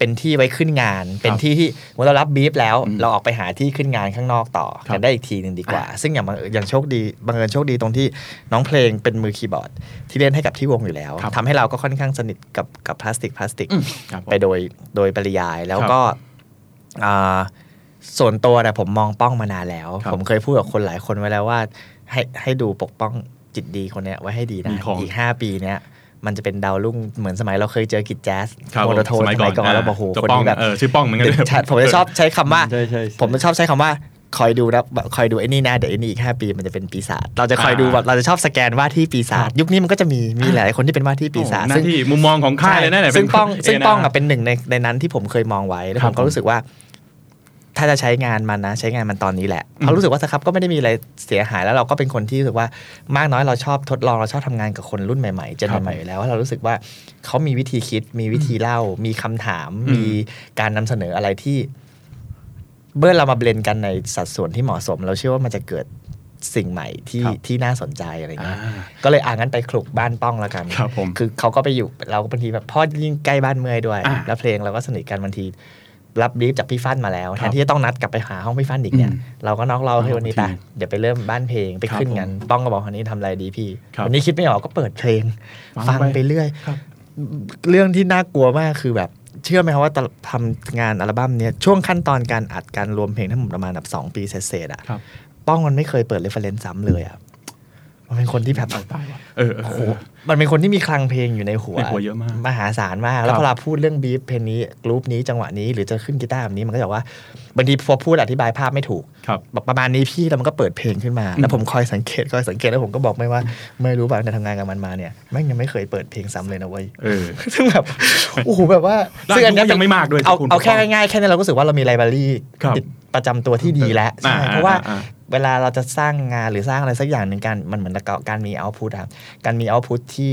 [SPEAKER 4] เป็นที่ไว้ขึ้นงาน เป็นที่ที่เมื่อเรารับบีฟแล้ว
[SPEAKER 1] อืม
[SPEAKER 4] เราออกไปหาที่ขึ้นงานข้างนอกต่อ
[SPEAKER 1] ครับ
[SPEAKER 4] กันได้อีกทีหนึ่งดีกว่า ซึ่งอย่างบังเอิญอย่างโชคดีบังเอิญโชคดีตรงที่น้องเพลงเป็นมือคีย์บอร์ด ที่เล่นให้กับที่วงอยู่แล้ว
[SPEAKER 1] ครับ
[SPEAKER 4] ทำให้เราก็ค่อนข้างสนิทกับกับพลาสติกพลาสติก
[SPEAKER 1] อืมครับผม
[SPEAKER 4] ไปโดยโดยปริยายแล้วก็อ่าส่วนตัวเนี่ยผมมองป้องมานานแล้ว
[SPEAKER 1] ครับ
[SPEAKER 4] ผมเคยพูดกับคนหลายคนไว้แล้วว่า ให้ให้ดูปกป้องจิตดีคนเนี้ยไว้ให้ดีนะ
[SPEAKER 1] มีของ
[SPEAKER 4] อีกห้าปีเนี้ยมันจะเป็นดาวรุ่งเหมือนสมัยเราเคยเจอกิจแจ๊ส
[SPEAKER 1] ครับ
[SPEAKER 4] โมโนโทน
[SPEAKER 1] ผมสมั
[SPEAKER 4] สมั
[SPEAKER 1] ย
[SPEAKER 4] ย
[SPEAKER 1] ก่
[SPEAKER 4] ก่
[SPEAKER 1] อน
[SPEAKER 4] อนแล้วบอกโห
[SPEAKER 1] จะ
[SPEAKER 4] คน
[SPEAKER 1] ป้อง
[SPEAKER 4] นี้แบบ
[SPEAKER 1] เออชื่อป้องเหมือนกัน
[SPEAKER 4] ด็ดชัดผมจะชอบใช้คำว่า
[SPEAKER 3] ใช่ใช่ใช่
[SPEAKER 4] ผมจะชอบใช้คำว่าคอยดูนะแบบคอยดูไอ้นี่นะเดี๋ยวไอ้นี่อีกห้าปีมันจะเป็นปีศาจเราจะคอยดู
[SPEAKER 1] อ่า
[SPEAKER 4] แบบเราจะชอบสแกนว่าที่ปีศาจยุคนี้มันก็จะมีมีหลายคนที่เป็นว่าที่ปีศาจ
[SPEAKER 1] หน้า
[SPEAKER 4] ซึ่ง
[SPEAKER 1] ที่มุมมองของค่ายเลยนะเนี่ย
[SPEAKER 4] ซึ่งป้อง
[SPEAKER 1] เป็น
[SPEAKER 4] ซึ่ง
[SPEAKER 1] เนะ
[SPEAKER 4] ป้องอะเป็นหนึ่งในในนั้นที่ผมเคยมองไว้แล้ว
[SPEAKER 1] ครั
[SPEAKER 4] ผ
[SPEAKER 1] บ
[SPEAKER 4] มก็รู้สึกว่า ถ้าจะใช้งานมันนะ ใช้งานมันตอนนี้แหละเพราะรู้สึกว่าสครับก็ไม่ได้มีอะไรเสียหายแล้วเราก็เป็นคนที่รู้สึกว่ามากน้อยเราชอบทดลองเราชอบทำงานกับคนรุ่นใหม่ๆเจน
[SPEAKER 1] ครับ
[SPEAKER 4] ใหม่ๆอยู่แล้วเรารู้สึกว่าเขามีวิธีคิด มีวิธีเล่า มีคำถาม
[SPEAKER 1] อืม
[SPEAKER 4] มีการนำเสนออะไรที่เมื่อเรามาเบลนกันในสัดส่วนที่เหมาะสม เราเชื่อว่ามันจะเกิดสิ่งใหม่ที่
[SPEAKER 1] ครับ
[SPEAKER 4] ที่น่าสนใจอะไรอย่างเงี้ย
[SPEAKER 1] อ่า
[SPEAKER 4] ก็เลยอ่างั้นไปคลุกบ้านป้องแล้วกัน
[SPEAKER 1] ครับผม
[SPEAKER 4] คือเขาก็ไปอยู่เราก็บางทีแบบพ่อยิ่งใกล้บ้านเมื่อยด้วย
[SPEAKER 1] อ่า
[SPEAKER 4] แล้วเพลงเราก็สนิทกันบางที รับบรีฟจากพี่ฟันมาแล้ว แท
[SPEAKER 1] ครั
[SPEAKER 4] น
[SPEAKER 1] บ
[SPEAKER 4] ที่จะต้องนัดกลับไปหาห้องพี่ฟันอีกเนี่ย
[SPEAKER 3] อืม
[SPEAKER 4] เราก็นอกเราให้ยวันนี้ไป
[SPEAKER 1] โอเค
[SPEAKER 4] เดี๋ยวไปเริ่มบ้านเพลงไป
[SPEAKER 1] ครับ
[SPEAKER 4] ขึ้นกันต้องก็บอกวันนี้ทำอะไรดีพี่
[SPEAKER 1] ครับ
[SPEAKER 4] วันนี้คิดไม่ออกก็เปิดเพลง
[SPEAKER 1] ฟั
[SPEAKER 4] ฟั
[SPEAKER 1] ง
[SPEAKER 4] ง
[SPEAKER 1] ไป
[SPEAKER 4] ไปเรื่อย
[SPEAKER 1] ครับ
[SPEAKER 4] เรื่องที่น่ากลัวมากคือแบบเชื่อไหมครับว่าตอนทำงานอัลบั้มเนี่ยช่วงขั้นตอนการอัดการรวมเพลงทั้งหมดประมาณแบบสองปีเศษๆอ่ะ
[SPEAKER 1] ครับ
[SPEAKER 4] ป้องมันไม่เคยเปิดเรฟเฟรนซ์ซ้ำเลยอ่ะมันเป็นคนที่แบบ
[SPEAKER 1] ตายว่ะเออเออ
[SPEAKER 4] โอ้
[SPEAKER 1] เอ
[SPEAKER 4] โห
[SPEAKER 1] อ
[SPEAKER 4] มันเป็นคนที่มีคลังเพลงอยู่ในหัว
[SPEAKER 1] ในหัวเยอะมาก
[SPEAKER 4] มหาศาลมาก แล้ว
[SPEAKER 1] ครับ
[SPEAKER 4] พอเราพูดเรื่องบีฟเพลงนี้กรุ๊ปนี้จังหวะนี้หรือจะขึ้นกีตาร์แบบนี้มันก็จะบอกว่าบางทีพอพูดอธิบายภาพไม่ถูก
[SPEAKER 1] ครับ
[SPEAKER 4] บอกประมาณนี้พี่แล้วมันก็เปิดเพลงขึ้นมา แล้วผมคอยสังเกตคอยสังเกตแล้วผมก็บอกไม่ว่าไม่รู้ป่ะในทำงานกับมันมาเนี่ยแม่งยังไม่เคยเปิดเพลงซ้ำเลยนะเว้ย
[SPEAKER 1] เออ
[SPEAKER 4] ซึ่งแบบโอ้โหแบบว่า
[SPEAKER 1] แล้ว
[SPEAKER 4] ซึ่งอันเนี้
[SPEAKER 1] อายุก็ยังไม่มากด้วย
[SPEAKER 4] เอา
[SPEAKER 1] คุณ
[SPEAKER 4] เอาแค่
[SPEAKER 1] ผู้ฟัง
[SPEAKER 4] ง่ายๆแค่นี้เราก็รู้สึกว่าเรามีไลบรารี
[SPEAKER 1] ครับ
[SPEAKER 4] ติดประจำตัวที่ดีแล้วใช่
[SPEAKER 1] อ่า
[SPEAKER 4] เพราะว่า
[SPEAKER 1] อ่า
[SPEAKER 4] เวลาเราจะสร้างงานหรือสร้างอะไรสักอย่างหนึ่งการมันเหมือนกับการมีเอาพุตครับการมีเอาพุตที่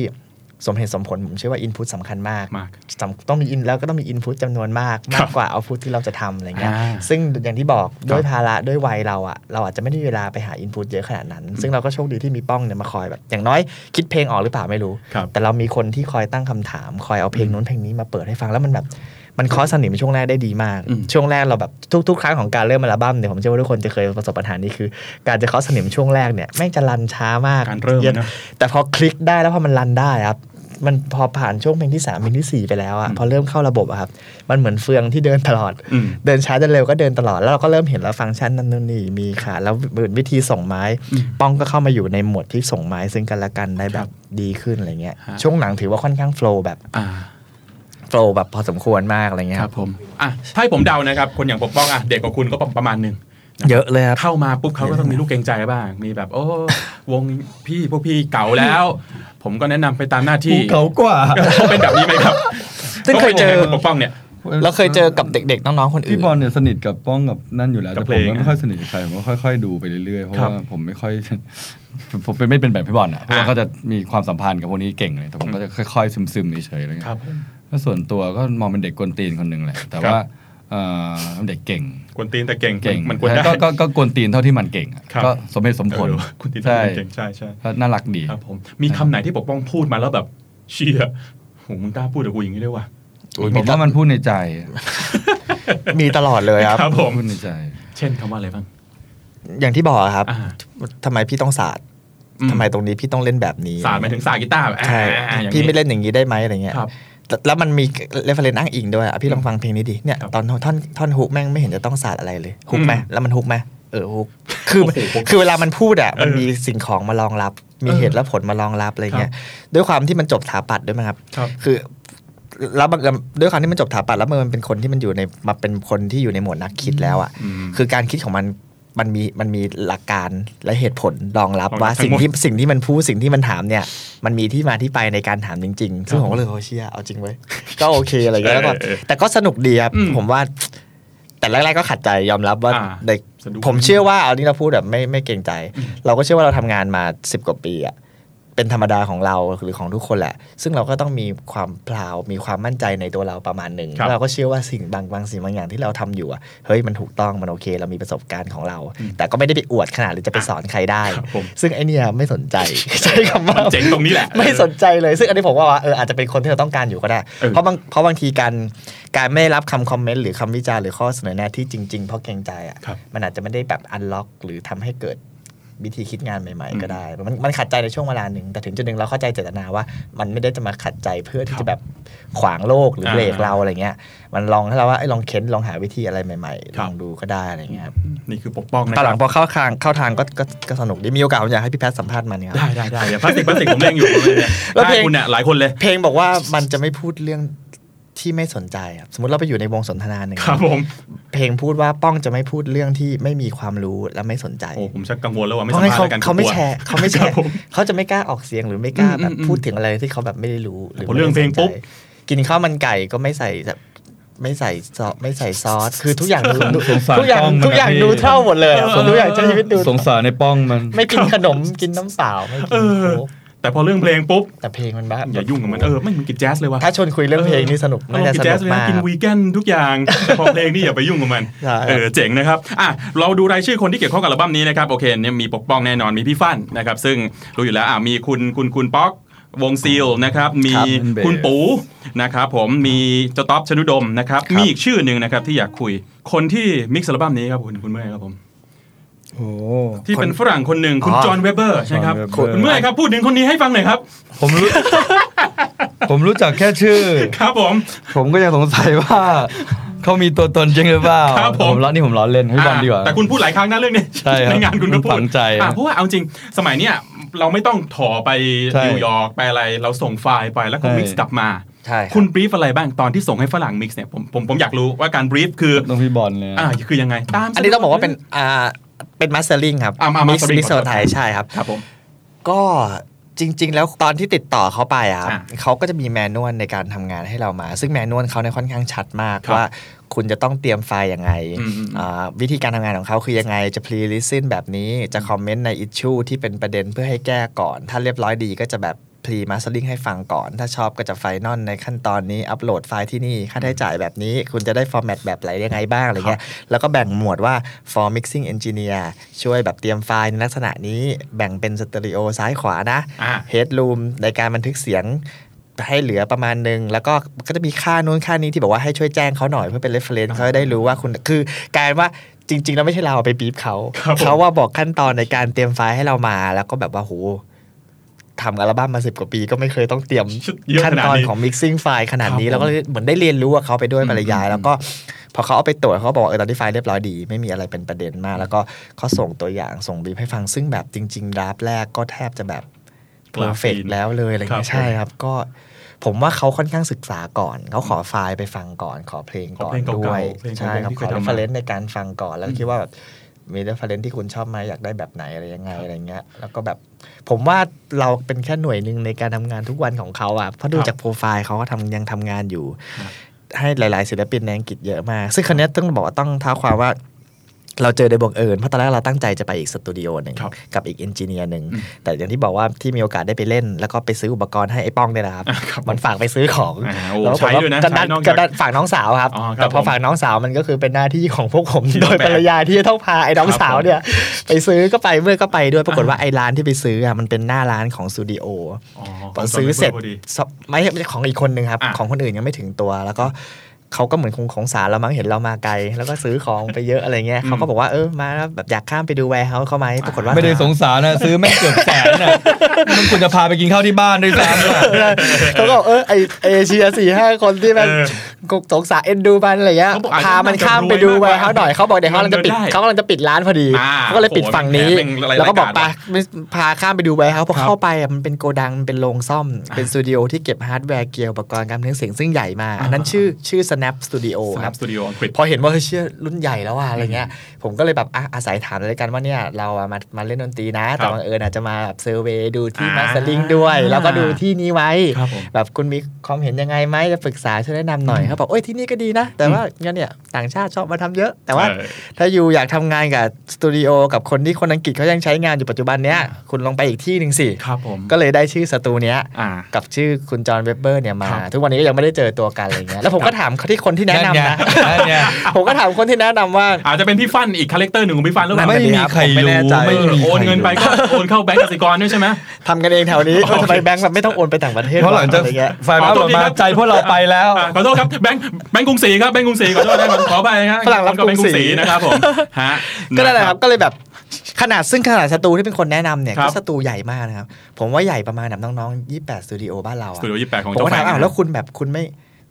[SPEAKER 4] สมเหตุสมผล ผมเชื่อว่าอินพุตสำคัญมาก
[SPEAKER 1] มาก
[SPEAKER 4] สำต้องมีอินแล้วก็ต้องมีอินพุตจำนวนมาก
[SPEAKER 1] ครั
[SPEAKER 4] มา
[SPEAKER 1] บ
[SPEAKER 4] กกว่าเอาพุตที่เราจะทำอะไรเงี้ย
[SPEAKER 1] อ่า
[SPEAKER 4] ซึ่งอย่างที่บอก
[SPEAKER 1] ครับ
[SPEAKER 4] ด้วยภาระด้วยวัยเราอะเราอาจจะไม่ได้มีเวลาไปหาอินพุตเยอะขนาดนั้น ซึ่งเราก็โชคดีที่มีป้องเนี่ยมาคอยแบบอย่างน้อยคิดเพลงออกหรือเปล่าไม่รู้
[SPEAKER 1] ครับ
[SPEAKER 4] แต่เรามีคนที่คอยตั้งคำถาม คอยเอาเพลงนู้นเพลงนี้มาเปิดให้ฟังแล้วมันแบบมันเคอสนิมช่วงแรกได้ดีมาก
[SPEAKER 1] อืม
[SPEAKER 4] ช่วงแรกเราแบบทุกๆ ครั้งของการเริ่มอัลบั้มเนี่ยผมเชื่อว่าทุกคนจะเคยประสบปัญหานี้คือ การจะเคาะสนิมช่วงแรกเนี่ยแม่งจะรันช้ามาก
[SPEAKER 1] การเริ่ม
[SPEAKER 4] ย็
[SPEAKER 1] นะ
[SPEAKER 4] แต่พอคลิกได้แล้วพอมันรันได้ครับ มันพอผ่านช่วงเพลงที่ 3 เพลงทีสี่ 4 ไปแล้วอะพอเริ่มเข้าระบบอะครับ มันเหมือนเฟืองที่เดินตลอด
[SPEAKER 1] อืม
[SPEAKER 4] เดินช้าเดินเร็วก็เดินตลอดแล้วเราก็เริ่มเห็นแล้วฟังก์ชันนั่นนู่นนี่มีค่ะ แล้วเหมือนวิธีส่งไม้ ป้องก็เข้ามาอยู่ในหมวดที่ส่งไม้ซึ่งกันและกันได้แบบดีขึ้นอะไรเงี้ย
[SPEAKER 1] ฮะ
[SPEAKER 4] ช่วงหลังถือว่าค่อนข้างโฟล์แบบ
[SPEAKER 1] อ่า
[SPEAKER 4] โฟล์แบบพอสมควรมากอะไรเงี้ย
[SPEAKER 1] ครับผมอ่ะถ้าให้ผมเดานะครับ คนอย่างปกป้องอ่ะเด็กกว่าคุณก็ประมาณหนึ่ง
[SPEAKER 4] เยอะเลยครับ
[SPEAKER 1] เข้ามาปุ๊บเขาก็ต้องมีลูกเกรงใจบ้าง มีแบบโอ้วงพี่พวกพี่เก่าแล้ว ผมก็แนะนำไปตามหน้าที่
[SPEAKER 4] เขากว่า
[SPEAKER 1] เป็นแบบนี้ไหมครับ
[SPEAKER 4] ซึ่งเคยเจอ
[SPEAKER 1] ขาป็นงไงคุณปกป้องเนี่ย
[SPEAKER 4] เราเคยเจอกับเด็กๆ น้องๆคนอื่
[SPEAKER 3] พี่
[SPEAKER 4] น
[SPEAKER 3] บอลเนี่ยสนิทกับป้องกับนั่นอยู่แล้ว
[SPEAKER 1] กับ
[SPEAKER 3] แต่
[SPEAKER 1] เพ
[SPEAKER 3] ผ
[SPEAKER 1] ล
[SPEAKER 3] ม
[SPEAKER 1] ง
[SPEAKER 3] ไม่ค่อยสนิทกับใครผมก็ค่อยๆดูไปเรื่อยๆเพราะ
[SPEAKER 1] ครับ
[SPEAKER 3] ว่าผมไม่ค่อย ผมผมเป็นไม่เป็นแบบพี่บอลอ่ะเพราะว่า
[SPEAKER 1] อ่ะ
[SPEAKER 3] เขาจะมีความสัมพันธ์กับพวกนี้เก่งเลยแต่ผมก็จะค่อยๆซึมๆเฉยๆอะไรเงี้ยก็ส่วนตัวก็มองเป็นเด็กกวนตีนคนหนึ่งแหละแต่ว่าเอ่อเป็นเด็กเก่ง
[SPEAKER 1] กวนตีนแต่เก่ง
[SPEAKER 3] เก่ง
[SPEAKER 1] มันควรได้
[SPEAKER 3] ก็ก็ก็กวนตีนเท่าที่มันเก่งอะ
[SPEAKER 1] ครับ
[SPEAKER 3] ก็สมเหตุสมผล
[SPEAKER 1] เออกวนตีนแต่
[SPEAKER 3] ใช่
[SPEAKER 1] เก่งใช่ใช่
[SPEAKER 3] ก็น่ารักดี
[SPEAKER 1] ครับผมมีคำไหนที่ปกป้องพูดมาแล้วแบบเชียโหมึงกล้าพูดกับกูอย่างนี้ด้วยวะ
[SPEAKER 4] อุ๊ย
[SPEAKER 3] ผ
[SPEAKER 4] มี
[SPEAKER 3] ม
[SPEAKER 4] ตลอ
[SPEAKER 3] ว่า
[SPEAKER 4] ด
[SPEAKER 3] มันพูดในใจ
[SPEAKER 4] มีตลอดเลยครับ
[SPEAKER 1] ครับผม
[SPEAKER 3] พูดในใจ
[SPEAKER 1] เช่นคำว่าอะไรบ้าง
[SPEAKER 4] อย่างที่บอกอะครับ
[SPEAKER 1] อ่า
[SPEAKER 4] ทำไมพี่ต้องศาสตร์
[SPEAKER 1] อืม
[SPEAKER 4] ทำไมตรงนี้พี่ต้องเล่นแบบนี้
[SPEAKER 1] สาดหมายถึงสาดกีตาร์แบบอ่า
[SPEAKER 4] ใช่
[SPEAKER 1] อ่าอย่างนี้
[SPEAKER 4] พี่ไม่เล่นอย่างนี้ได้ไหมอะไรเงี้ย
[SPEAKER 1] ครับ
[SPEAKER 4] แต่แล้วมันมีเรฟเฟรนซ์อ้างอิงด้วยอะพี่ลองฟังเพลงนี้ดิเนี่ย
[SPEAKER 1] ครับ
[SPEAKER 4] ตอนท่อนท่อนฮุกแม่งไม่เห็นจะต้องศาสตร์อะไรเลยฮุกไหม
[SPEAKER 1] อืม
[SPEAKER 4] แล้วมันฮุกไหมเออฮุกคือ
[SPEAKER 1] โอ้โหผม
[SPEAKER 4] คือเวลามันพูดอะมัน
[SPEAKER 1] เออ
[SPEAKER 4] มีสิ่งของมารองรับ มี
[SPEAKER 1] เออ
[SPEAKER 4] เหตุและผลมารองรับอะไรเงี้ยด้วยความที่มันจบสถาปัตย์ด้วยมั้งครับ
[SPEAKER 1] ครับ
[SPEAKER 4] คือแล้วบังเอิญด้วยความที่มันจบสถาปัตย์แล้วมันเป็นคนที่มันอยู่ในมาเป็นคนที่อยู่ในหมวดนักคิดแล้วอะ
[SPEAKER 1] อืม
[SPEAKER 4] คือการคิดของมันมันมีมันมีหลักการและเหตุผลรองรับ
[SPEAKER 1] รองรับ
[SPEAKER 4] ว่า
[SPEAKER 1] ทั้ง
[SPEAKER 4] สิ่ง
[SPEAKER 1] หมด
[SPEAKER 4] ที่สิ่งที่มันพูดสิ่งที่มันถามเนี่ย มันมีที่มาที่ไปในการถามจริงๆ ซึ่ง
[SPEAKER 1] ครับ
[SPEAKER 4] ผมก็เลยโอ้เชียเอาจริงไว้ย ก็โอเคอะไรอย่างเงี้ยแล้วก็
[SPEAKER 1] เออเออ
[SPEAKER 4] แต่ก็สนุกดีครับ
[SPEAKER 1] อืม
[SPEAKER 4] ผมว่า แต่แรกๆก็ขัดใจยอมรับว่า
[SPEAKER 1] อ่า
[SPEAKER 4] เด็ก
[SPEAKER 1] สะดุ้ง
[SPEAKER 4] ผมเชื่อว่าเอานี่เราพูดแบบไม่ไม่เกรงใจ เราก็เชื่อว่าเราทำงานมาสิบกว่าปีอะเป็นธรรมดาของเราหรือของทุกคนแหละ ซึ่งเราก็ต้องมีความพลาวมีความมั่นใจในตัวเราประมาณหนึ่ง
[SPEAKER 1] ครับ
[SPEAKER 4] เราก็เชื่อว่าสิ่งบางบางสิ่งบางอย่างที่เราทำอยู่อะเฮ้ยมันถูกต้องมันโอเค เรามีประสบการณ์ของเรา แต่ก็ไม่ได้ไปอวดขนาดหรือจะไปสอนใครได้
[SPEAKER 1] ครับผม
[SPEAKER 4] ซึ่งไอเนี่ยไม่สนใจ ใช้คำว่า
[SPEAKER 1] เจ๋งตรงนี้แหละ
[SPEAKER 4] ไม่สนใจเลยซึ่งอันนี้ผมว่าว่าเอออาจจะเป็นคนที่เราต้องการอยู่ก็ได้
[SPEAKER 1] เออ
[SPEAKER 4] เพราะบางเพราะบางทีการการไม่ได้รับคำคอมเมนต์หรือคำวิจารณ์หรือข้อเสนอแนะที่จริง ๆ เพราะเกรงใจอ่ะ
[SPEAKER 1] ครับ
[SPEAKER 4] มันอาจจะไม่ได้แบบอันล็อกหรือทำให้เกิดวิธีคิดงานใหม่ ๆ ก็ได้ มันมันขัดใจในช่วงเวลาหนึ่งแต่ถึงจุดหนึ่งเราเข้าใจเจตนาว่า มันไม่ได้จะมาขัดใจเพื่อที่จะแบบขวางโลกหรือ
[SPEAKER 1] อ่า
[SPEAKER 4] เบรกเราอะไรเงี้ย มันลองให้เราว่าไอ้ยลองเค้นลองหาวิธีอะไรใหม่
[SPEAKER 1] ค
[SPEAKER 4] ๆ
[SPEAKER 1] รั
[SPEAKER 4] ล
[SPEAKER 1] บ
[SPEAKER 4] องดูก็ได้อะไรเงี้ยครับ
[SPEAKER 1] นี่คือปกป้องนะ
[SPEAKER 4] ตอน
[SPEAKER 1] ค
[SPEAKER 4] หลั
[SPEAKER 1] รับ
[SPEAKER 4] งพอเข้าทางเข้าทางก็ก็ก็สนุกดีมีโอกาสผมอยากให้พี่แพทสัมภาษณ์มันครับ
[SPEAKER 1] ได้ได้ได้เดี๋ยวพลาสติกพลาสติกผมเล่งอยู่ผมเล่งอยู่
[SPEAKER 4] แล้วเพลง
[SPEAKER 1] ได้คุณเนี่ยหลายคนเลย
[SPEAKER 4] เพลงบอกว่ามันจะไม่พูดเรื่องที่ไม่สนใจครับสมมติเราไปอยู่ในวงสนทนาหนึ่ง
[SPEAKER 1] ครับผม
[SPEAKER 4] เพลงพูดว่าป้องจะไม่พูดเรื่องที่ไม่มีความรู้และไม่สนใจ
[SPEAKER 1] โอ้ผมชักกังวลแล้วว่าไม่
[SPEAKER 4] เพ
[SPEAKER 1] สา
[SPEAKER 4] ราะ
[SPEAKER 1] มาร
[SPEAKER 4] งั้
[SPEAKER 1] ถ
[SPEAKER 4] นเขา
[SPEAKER 1] แล้วกัน
[SPEAKER 4] เขาไม่
[SPEAKER 1] กลัว
[SPEAKER 4] แชร์เขาไม่แช
[SPEAKER 1] ค
[SPEAKER 4] ร์
[SPEAKER 1] บผม
[SPEAKER 4] เขาจะไม่กล้าออกเสียงหรือไม่กล้าแบบ
[SPEAKER 1] อืมอืม
[SPEAKER 4] พูดถึงอะไรที่เขาแบบไม่ได้รู้หรือ
[SPEAKER 1] พอเรื่องเพลงปุ๊บ
[SPEAKER 4] ไม่สนใจกินข้าวมันไก่ก็ไม่ใส่แบบไม่ใส่ซอสไม่ใส่ซอสคือทุกอย่างดูดู
[SPEAKER 3] สงสาร
[SPEAKER 4] ทุกอย่าง
[SPEAKER 3] ป้องมัน
[SPEAKER 4] ทุกอย่าง
[SPEAKER 3] นะพี่
[SPEAKER 4] ดูเท่าหมดเลยอะทุกอย่างใช้ชีวิตดู
[SPEAKER 3] สงสารในป้องมัน
[SPEAKER 4] ไม่กินขนมกินน้ำเปล่าไม่กิ
[SPEAKER 1] เอน อ
[SPEAKER 4] โค้ก
[SPEAKER 1] แต่พอเรื่องเพลงปุ๊บ
[SPEAKER 4] แต่เพลงมันบ้า
[SPEAKER 1] อย่ายุ่งกับมันเออไม่มันกินแจ๊สเลยว่ะ
[SPEAKER 4] ถ้าชวนคุยเรื่องเพลงนี่สนุก
[SPEAKER 1] มั
[SPEAKER 4] น่าน
[SPEAKER 1] กิ
[SPEAKER 4] จะส
[SPEAKER 1] นแจ๊
[SPEAKER 4] นุ
[SPEAKER 1] ส
[SPEAKER 4] ก
[SPEAKER 1] เลยนะ
[SPEAKER 4] มาก
[SPEAKER 1] กินวีแกนทุกอย่างแต่พอเพลงนี่อย่าไปยุ่งกับมัน
[SPEAKER 4] ใช่
[SPEAKER 1] เออเจ๋งนะครับอ่ะเราดูรายชื่อคนที่เกี่ยวข้องกับอัลบั้มนี้นะครับโอเคเนี่ยมีปกป้องแน่นอนมีพี่ฟั่นนะครับซึ่งรู้อยู่แล้วอ่ะมีคุณคุณคุณป๊อก วงซีลนะครับ มี
[SPEAKER 4] ครับ
[SPEAKER 1] คุณปูนะครับผมมีเจ้าต๊อบชนุดมนะครับ มีอีกชื่อหนึ่งนะครับที่อยากคุย คนที่มิกซ์อัลบั้มนี้ครับคุณคุณเมื่อยครับผม
[SPEAKER 3] โอ้
[SPEAKER 1] ที่เป็นฝรั่งคนหนึ่งคุณ
[SPEAKER 4] อ๋อ
[SPEAKER 1] จอห์นเวเบอร์ใช่ครับ
[SPEAKER 3] จอห์นเวเบอร์
[SPEAKER 1] คุณเมื่อยครับ พูดถึงคนนี้ให้ฟังหน่อยครับ
[SPEAKER 3] ผมรู้ ผมรู้จักแค่ชื่อ
[SPEAKER 1] ครับผม
[SPEAKER 3] ผมก็ยังสงสัยว่า เขามีตัวตนจริงหรือเปล่า
[SPEAKER 1] ครับผม
[SPEAKER 3] ผมล้อนี่ผมล้อเล่นให้บอลดีกว่า
[SPEAKER 1] แต่คุณพูดหลายครั้งนะเรื่องนี้
[SPEAKER 3] ใช่ครับ
[SPEAKER 1] งานคุณก็พู
[SPEAKER 3] มันฝั
[SPEAKER 1] ด
[SPEAKER 3] งใจ
[SPEAKER 1] อ่ะเพราะว่าเอาจริงสมัยเนี้ยเราไม่ต้องถอไป
[SPEAKER 3] ใช่
[SPEAKER 1] นิวยอร์กไปอะไร เราส่งไฟล์ไปแล้วก็
[SPEAKER 3] ใช่
[SPEAKER 1] มิกซ์กลับมา
[SPEAKER 4] ใช่
[SPEAKER 1] คุณ ณบรีฟอะไรบ้างตอนที่ส่งให้ฝรั่งมิกซ์เนี่ยผมผมผมอยากรู้ว่าการบรีฟคือ
[SPEAKER 3] ต้องพี่บอลเลยนะ
[SPEAKER 1] อ่าคือยังไงตาม
[SPEAKER 4] อันนี้ต้องบอกว่าเป็นอ่าเป็นมาสเตอร์ลิงครับ
[SPEAKER 1] อ่ามา
[SPEAKER 4] มิ
[SPEAKER 1] มา
[SPEAKER 4] ส
[SPEAKER 1] สตรี
[SPEAKER 4] มิสเซอร์ไทยใช่ครับ
[SPEAKER 1] ครับผม
[SPEAKER 4] ก็จริง ๆ แล้วตอนที่ติดต่อเขาไปอะครับ
[SPEAKER 1] อ่ะ
[SPEAKER 4] เขาก็จะมีแมนนวลในการทำงานให้เรามา ซึ่งแมนนวลเขาเนี่ยค่อนข้างชัดมาก
[SPEAKER 1] ครับ
[SPEAKER 4] ว่าคุณจะต้องเตรียมไฟล์ยังไง
[SPEAKER 1] อืมอืม
[SPEAKER 4] อ่าวิธีการทำงานของเขาคือยังไงจะ pre listen แบบนี้จะคอมเมนต์ใน issue ที่เป็นประเด็นเพื่อให้แก้ก่อน ถ้าเรียบร้อยดีก็จะแบบ pre mastering ให้ฟังก่อน ถ้าชอบก็จะไฟนอลในขั้นตอนนี้อัปโหลดไฟล์ที่นี่ค่าใช้จ่ายแบบนี้ คุณจะได้ฟอร์แมตแบบไหนยังไงบ้างอะไรเงี้ยแล้วก็แบ่งหมวดว่า for mixing engineer ช่วยแบบเตรียมไฟล์ในลักษณะนี้แบ่งเป็นสเตอริโอซ้ายขวานะ
[SPEAKER 1] อ่า
[SPEAKER 4] เฮดรูมในการบันทึกเสียงให้เหลือประมาณหนึ่งแล้วก็ก็จะมีค่านู้นค่านี้ที่บอกว่าให้ช่วยแจ้งเขาหน่อยเพื่อเป็นเรฟเฟรนซ์เขาจะได้รู้ว่าคุณคือกลารว่าจริง ๆ แล้วไม่ใช่เราไปบีบเขา
[SPEAKER 1] ครับผม
[SPEAKER 4] เขาว่าบอกขั้นตอนในการเตรียมไฟล์ให้เรามา แล้วก็แบบว่าโหทำอัลบั้มมาสิบกว่าปี ก็ไม่เคยต้องเตรียม
[SPEAKER 1] เยอะ
[SPEAKER 4] ขั้น
[SPEAKER 1] ขนาด
[SPEAKER 4] ตอน
[SPEAKER 1] นี้
[SPEAKER 4] ของ mixing ไฟล์ขนาดนี้
[SPEAKER 1] ครับผม
[SPEAKER 4] แล้วก็เลยเหมือนได้เรียนรู้กับเขาไปด้วยปริยาย
[SPEAKER 1] อืม
[SPEAKER 4] แล้วก็พอเขาเอาไปตรวจเขาก็บอกว่าเออตอนที่ไฟล์เรียบร้อยดี ไม่มีอะไรเป็นประเด็นมาก แล้วก็เขาส่งตัวอย่างส่งบีบให้ฟังซึ่งแบบจริง ๆ ดราฟแรกก็แทบจะแบบ เพอร์เฟก
[SPEAKER 1] กราฟีน
[SPEAKER 4] แล้วเลยอะไรเงี้
[SPEAKER 1] ครับผม
[SPEAKER 4] ยใช่ครับก็ผมว่าเขาค่อนข้างศึกษาก่อน เขาขอไฟล์ไปฟังก่อน ขอเพลง
[SPEAKER 1] ขอ
[SPEAKER 4] ก่อน
[SPEAKER 1] เพลงเก่า
[SPEAKER 4] ด้วย
[SPEAKER 1] ๆเพลงเก่าๆ
[SPEAKER 4] ใช่ครับ
[SPEAKER 1] ที่
[SPEAKER 4] ข
[SPEAKER 1] เค
[SPEAKER 4] อย เร
[SPEAKER 1] ทำ
[SPEAKER 4] ฟ
[SPEAKER 1] มา
[SPEAKER 4] เฟรนซ์ในการฟังก่อน แล้วคิดว่าแบบมีเรฟเฟรนซ์ที่คุณชอบไหมอยากได้แบบไหนอะไรยังไงอะไรเงี้ยแล้วก็แบบผมว่าเราเป็นแค่หน่วยหนึ่งในการทำงานทุกวันของเขาอ่ะเพราะดูจากโปรไฟล์เขาก็ทำยังทำงานอยู่ ให้หลาย ๆ ศิลปินในอังกฤษเยอะมาก ซึ่งครั้นี้ยต้องบอกว่าต้องท้าความว่า เราเจอโดยบังเอิญเพราะตอนแรกเราตั้งใจจะไปอีกสตูดิโอหนึ่ง
[SPEAKER 1] ครับ
[SPEAKER 4] กับอีกเอนจิเนียร์หนึ่ง
[SPEAKER 1] อืม
[SPEAKER 4] แต่อย่างที่บอกว่าที่มีโอกาสได้ไปเล่น แล้วก็ไปซื้ออุปกรณ์ให้ไอ้ป้องเนี่ยนะครับ
[SPEAKER 1] ครับผม
[SPEAKER 4] มันฝากไปซื้อของ
[SPEAKER 1] อ่าโอ้
[SPEAKER 4] แล้ว
[SPEAKER 1] ใช้ด้วยนะ
[SPEAKER 4] กระดัน
[SPEAKER 1] ใช้นอกจาก
[SPEAKER 4] กระดันฝากน้องสาวครับ
[SPEAKER 1] อ๋อครับ
[SPEAKER 4] แต่พอ
[SPEAKER 1] ผม
[SPEAKER 4] ฝากน้องสาวมันก็คือเป็นหน้าที่ของพวกผม
[SPEAKER 1] ที่
[SPEAKER 4] โดย
[SPEAKER 1] แบบ
[SPEAKER 4] ปริยายที่จะต้องพาไอ้น้อง
[SPEAKER 1] ครับ
[SPEAKER 4] สาว
[SPEAKER 1] ผม
[SPEAKER 4] เนี่ยไปซื้อก็ไปเมื่อก็ไปด้วยปรากฏว่าไอ้ร้านที่ไปซื้ออะมันเป็นหน้าร้านของสตูดิโอ
[SPEAKER 1] อ๋อ
[SPEAKER 4] พอซื้อเสร็จ
[SPEAKER 1] พอดี
[SPEAKER 4] สไม่ใช่ของอีกคนหนึ่งครับ
[SPEAKER 1] อ่ะ
[SPEAKER 4] ของคนอื่นยังไม่ถึงตัว แล้วก็เขาก็เหมือนคงของสารเรามั้งเห็นเรามาไกล แล้วก็ซื้อของไปเยอะอะไรเงี้ย
[SPEAKER 1] อืม
[SPEAKER 4] เขาก็บอกว่าเออมาแล้วแบบอยากข้ามไปดูแวร์เฮาส์เขาไหมปรากฏว่า
[SPEAKER 3] ไม่ได้สงสารนะ ซื้อแม่งเกือบแสนน่ะมันควรจะพาไปกินข้าวที่บ้านด้วยซ้ำน่ะ
[SPEAKER 4] เขาก็บอกเออไอเอเชียสี่ห้าคนที่มัน
[SPEAKER 1] เออ
[SPEAKER 4] สงสารเอ็นดูมันอะไรเงี้ย
[SPEAKER 1] เขาบอกอาจจะ
[SPEAKER 4] พามันข้ามไปดูแวร์เฮาส์หน่อยเขาบอกเดี๋ยวเขากำลังจะปิด
[SPEAKER 1] เดินได้
[SPEAKER 4] เขากำลังจะปิดร้านพอดี
[SPEAKER 1] อ่า
[SPEAKER 4] เขาก็เลยปิดฝั่งนี้
[SPEAKER 1] โอ้โหเป็นอะไร
[SPEAKER 4] แล้วก็บอกไป
[SPEAKER 1] รายการ
[SPEAKER 4] ไม่พาข้ามไปดูแวร์เฮาส์พอเข้าไปอะมันเป็นโกดังมันเป็นโรงซ่อมเป็นสตูดิโอที่เก็บฮาร์ดแวร์เกียร์อุปกรณ์การบันทึกเสียงซึ่งใหญ่มากอันนั้นชื่อชื่อ snap studio
[SPEAKER 1] ส
[SPEAKER 4] ค
[SPEAKER 1] นั
[SPEAKER 4] รั
[SPEAKER 1] บบ สตูดิโออังกฤษ
[SPEAKER 4] พอเห็นว่าเฮ้ยเชื่อรุ่นใหญ่แล้วว่ะอะไรเงี้ย ผมก็เลยแบบอ่ะอาศัยถามเลยกันว่าเนี่ยเราอะมามาเล่นดนตรีนะ แต่บังเอิญอาจจะมาแบบเซอร์เวย์ดูที่
[SPEAKER 1] อ่า
[SPEAKER 4] มาสเตอร์ลิงด้วย แล้วก็ดูที่นี้ไว้
[SPEAKER 1] ครับผม
[SPEAKER 4] แบบคุณมีความเห็นยังไงไหมจะปรึกษาช่วยแนะนำหน่อยเขาบอกโอ้ยที่นี่ก็ดีนะ แต่ว่างั้นเนี่ยต่างชาติชอบมาทำเยอะ แต่ว่า
[SPEAKER 1] เออ
[SPEAKER 4] ถ้าอยู่อยากทำงานกับสตูดิโอกับคนที่คนอังกฤษเขายังใช้งานอยู่ปัจจุบันเนี้ยคุณลองไปอีกที่หนึ่งสิ
[SPEAKER 1] ครับผม
[SPEAKER 4] ก็เลยได้ชื่อสตูเนี้ย
[SPEAKER 1] อ่า
[SPEAKER 4] กับชื่อคุณจอห์นเวบเบอร์เนี่ยมา
[SPEAKER 1] ครับ
[SPEAKER 4] ทุกวันนี้ก็ยังไม่ได้เจอตัวกันอะไรเงี้ยแล้วผมก็ถามที่คนที่แนะนำนะ
[SPEAKER 3] นั่นไงนั่นไง
[SPEAKER 4] ผมก็ถามคนที่แนะนำว่า
[SPEAKER 1] อาจจะเป็นพี่ฟันอีกคาแรคเตอร์หนึ่งของพี่ฟันหรือเปล่า
[SPEAKER 3] ไม่มีใคร
[SPEAKER 4] ผมไม่
[SPEAKER 3] รู้
[SPEAKER 4] แน่ใจ
[SPEAKER 3] ไม่มีใครรู้
[SPEAKER 1] โอนเงินไปก็โอนเข้าแบงก์กสิกรด้วยใช่ไหม
[SPEAKER 4] ทำกันเองแถวนี้ทำไมแบงค์แบบไม่ต้องโอนไปต่างประเทศ
[SPEAKER 3] เพราะหลังจาก
[SPEAKER 4] อะไรเงี้ย
[SPEAKER 3] ฝ่าย
[SPEAKER 1] ขอ
[SPEAKER 3] บ้าน
[SPEAKER 1] โทษ
[SPEAKER 3] ออก
[SPEAKER 1] ที
[SPEAKER 3] มา
[SPEAKER 1] ครับ
[SPEAKER 3] ใจพวกเราไปแล้ว
[SPEAKER 1] อ่ะขอโทษครับแบงค์แบงค์กรุงศรีครับแบงค์กรุงศรีขอโท ษนะครับขอไปครับ
[SPEAKER 4] ฝรั่งรับ
[SPEAKER 1] คนก็แบงค์กรุงศรี
[SPEAKER 4] กรุงศรี
[SPEAKER 1] นะครับ ผมฮะ
[SPEAKER 4] ก็นั่นแหละครับก็เลยแบบขนาดซึ่งขนาดสตูที่เป็นคนแนะนำเนี่ย
[SPEAKER 1] ครับ
[SPEAKER 4] ก็สตูใหญ่มากนะครับ ผมว่าใหญ่ประมาณแบบน้องๆ 28สตูดิโอบ้านเรา
[SPEAKER 1] ส
[SPEAKER 4] อะ
[SPEAKER 1] ตูดิโอ28ของ
[SPEAKER 4] ผม
[SPEAKER 1] เจ้า
[SPEAKER 4] ก็
[SPEAKER 1] แฟ
[SPEAKER 4] ถาม
[SPEAKER 1] ง
[SPEAKER 4] อ้าวแล้วคุณแบบคุณไม่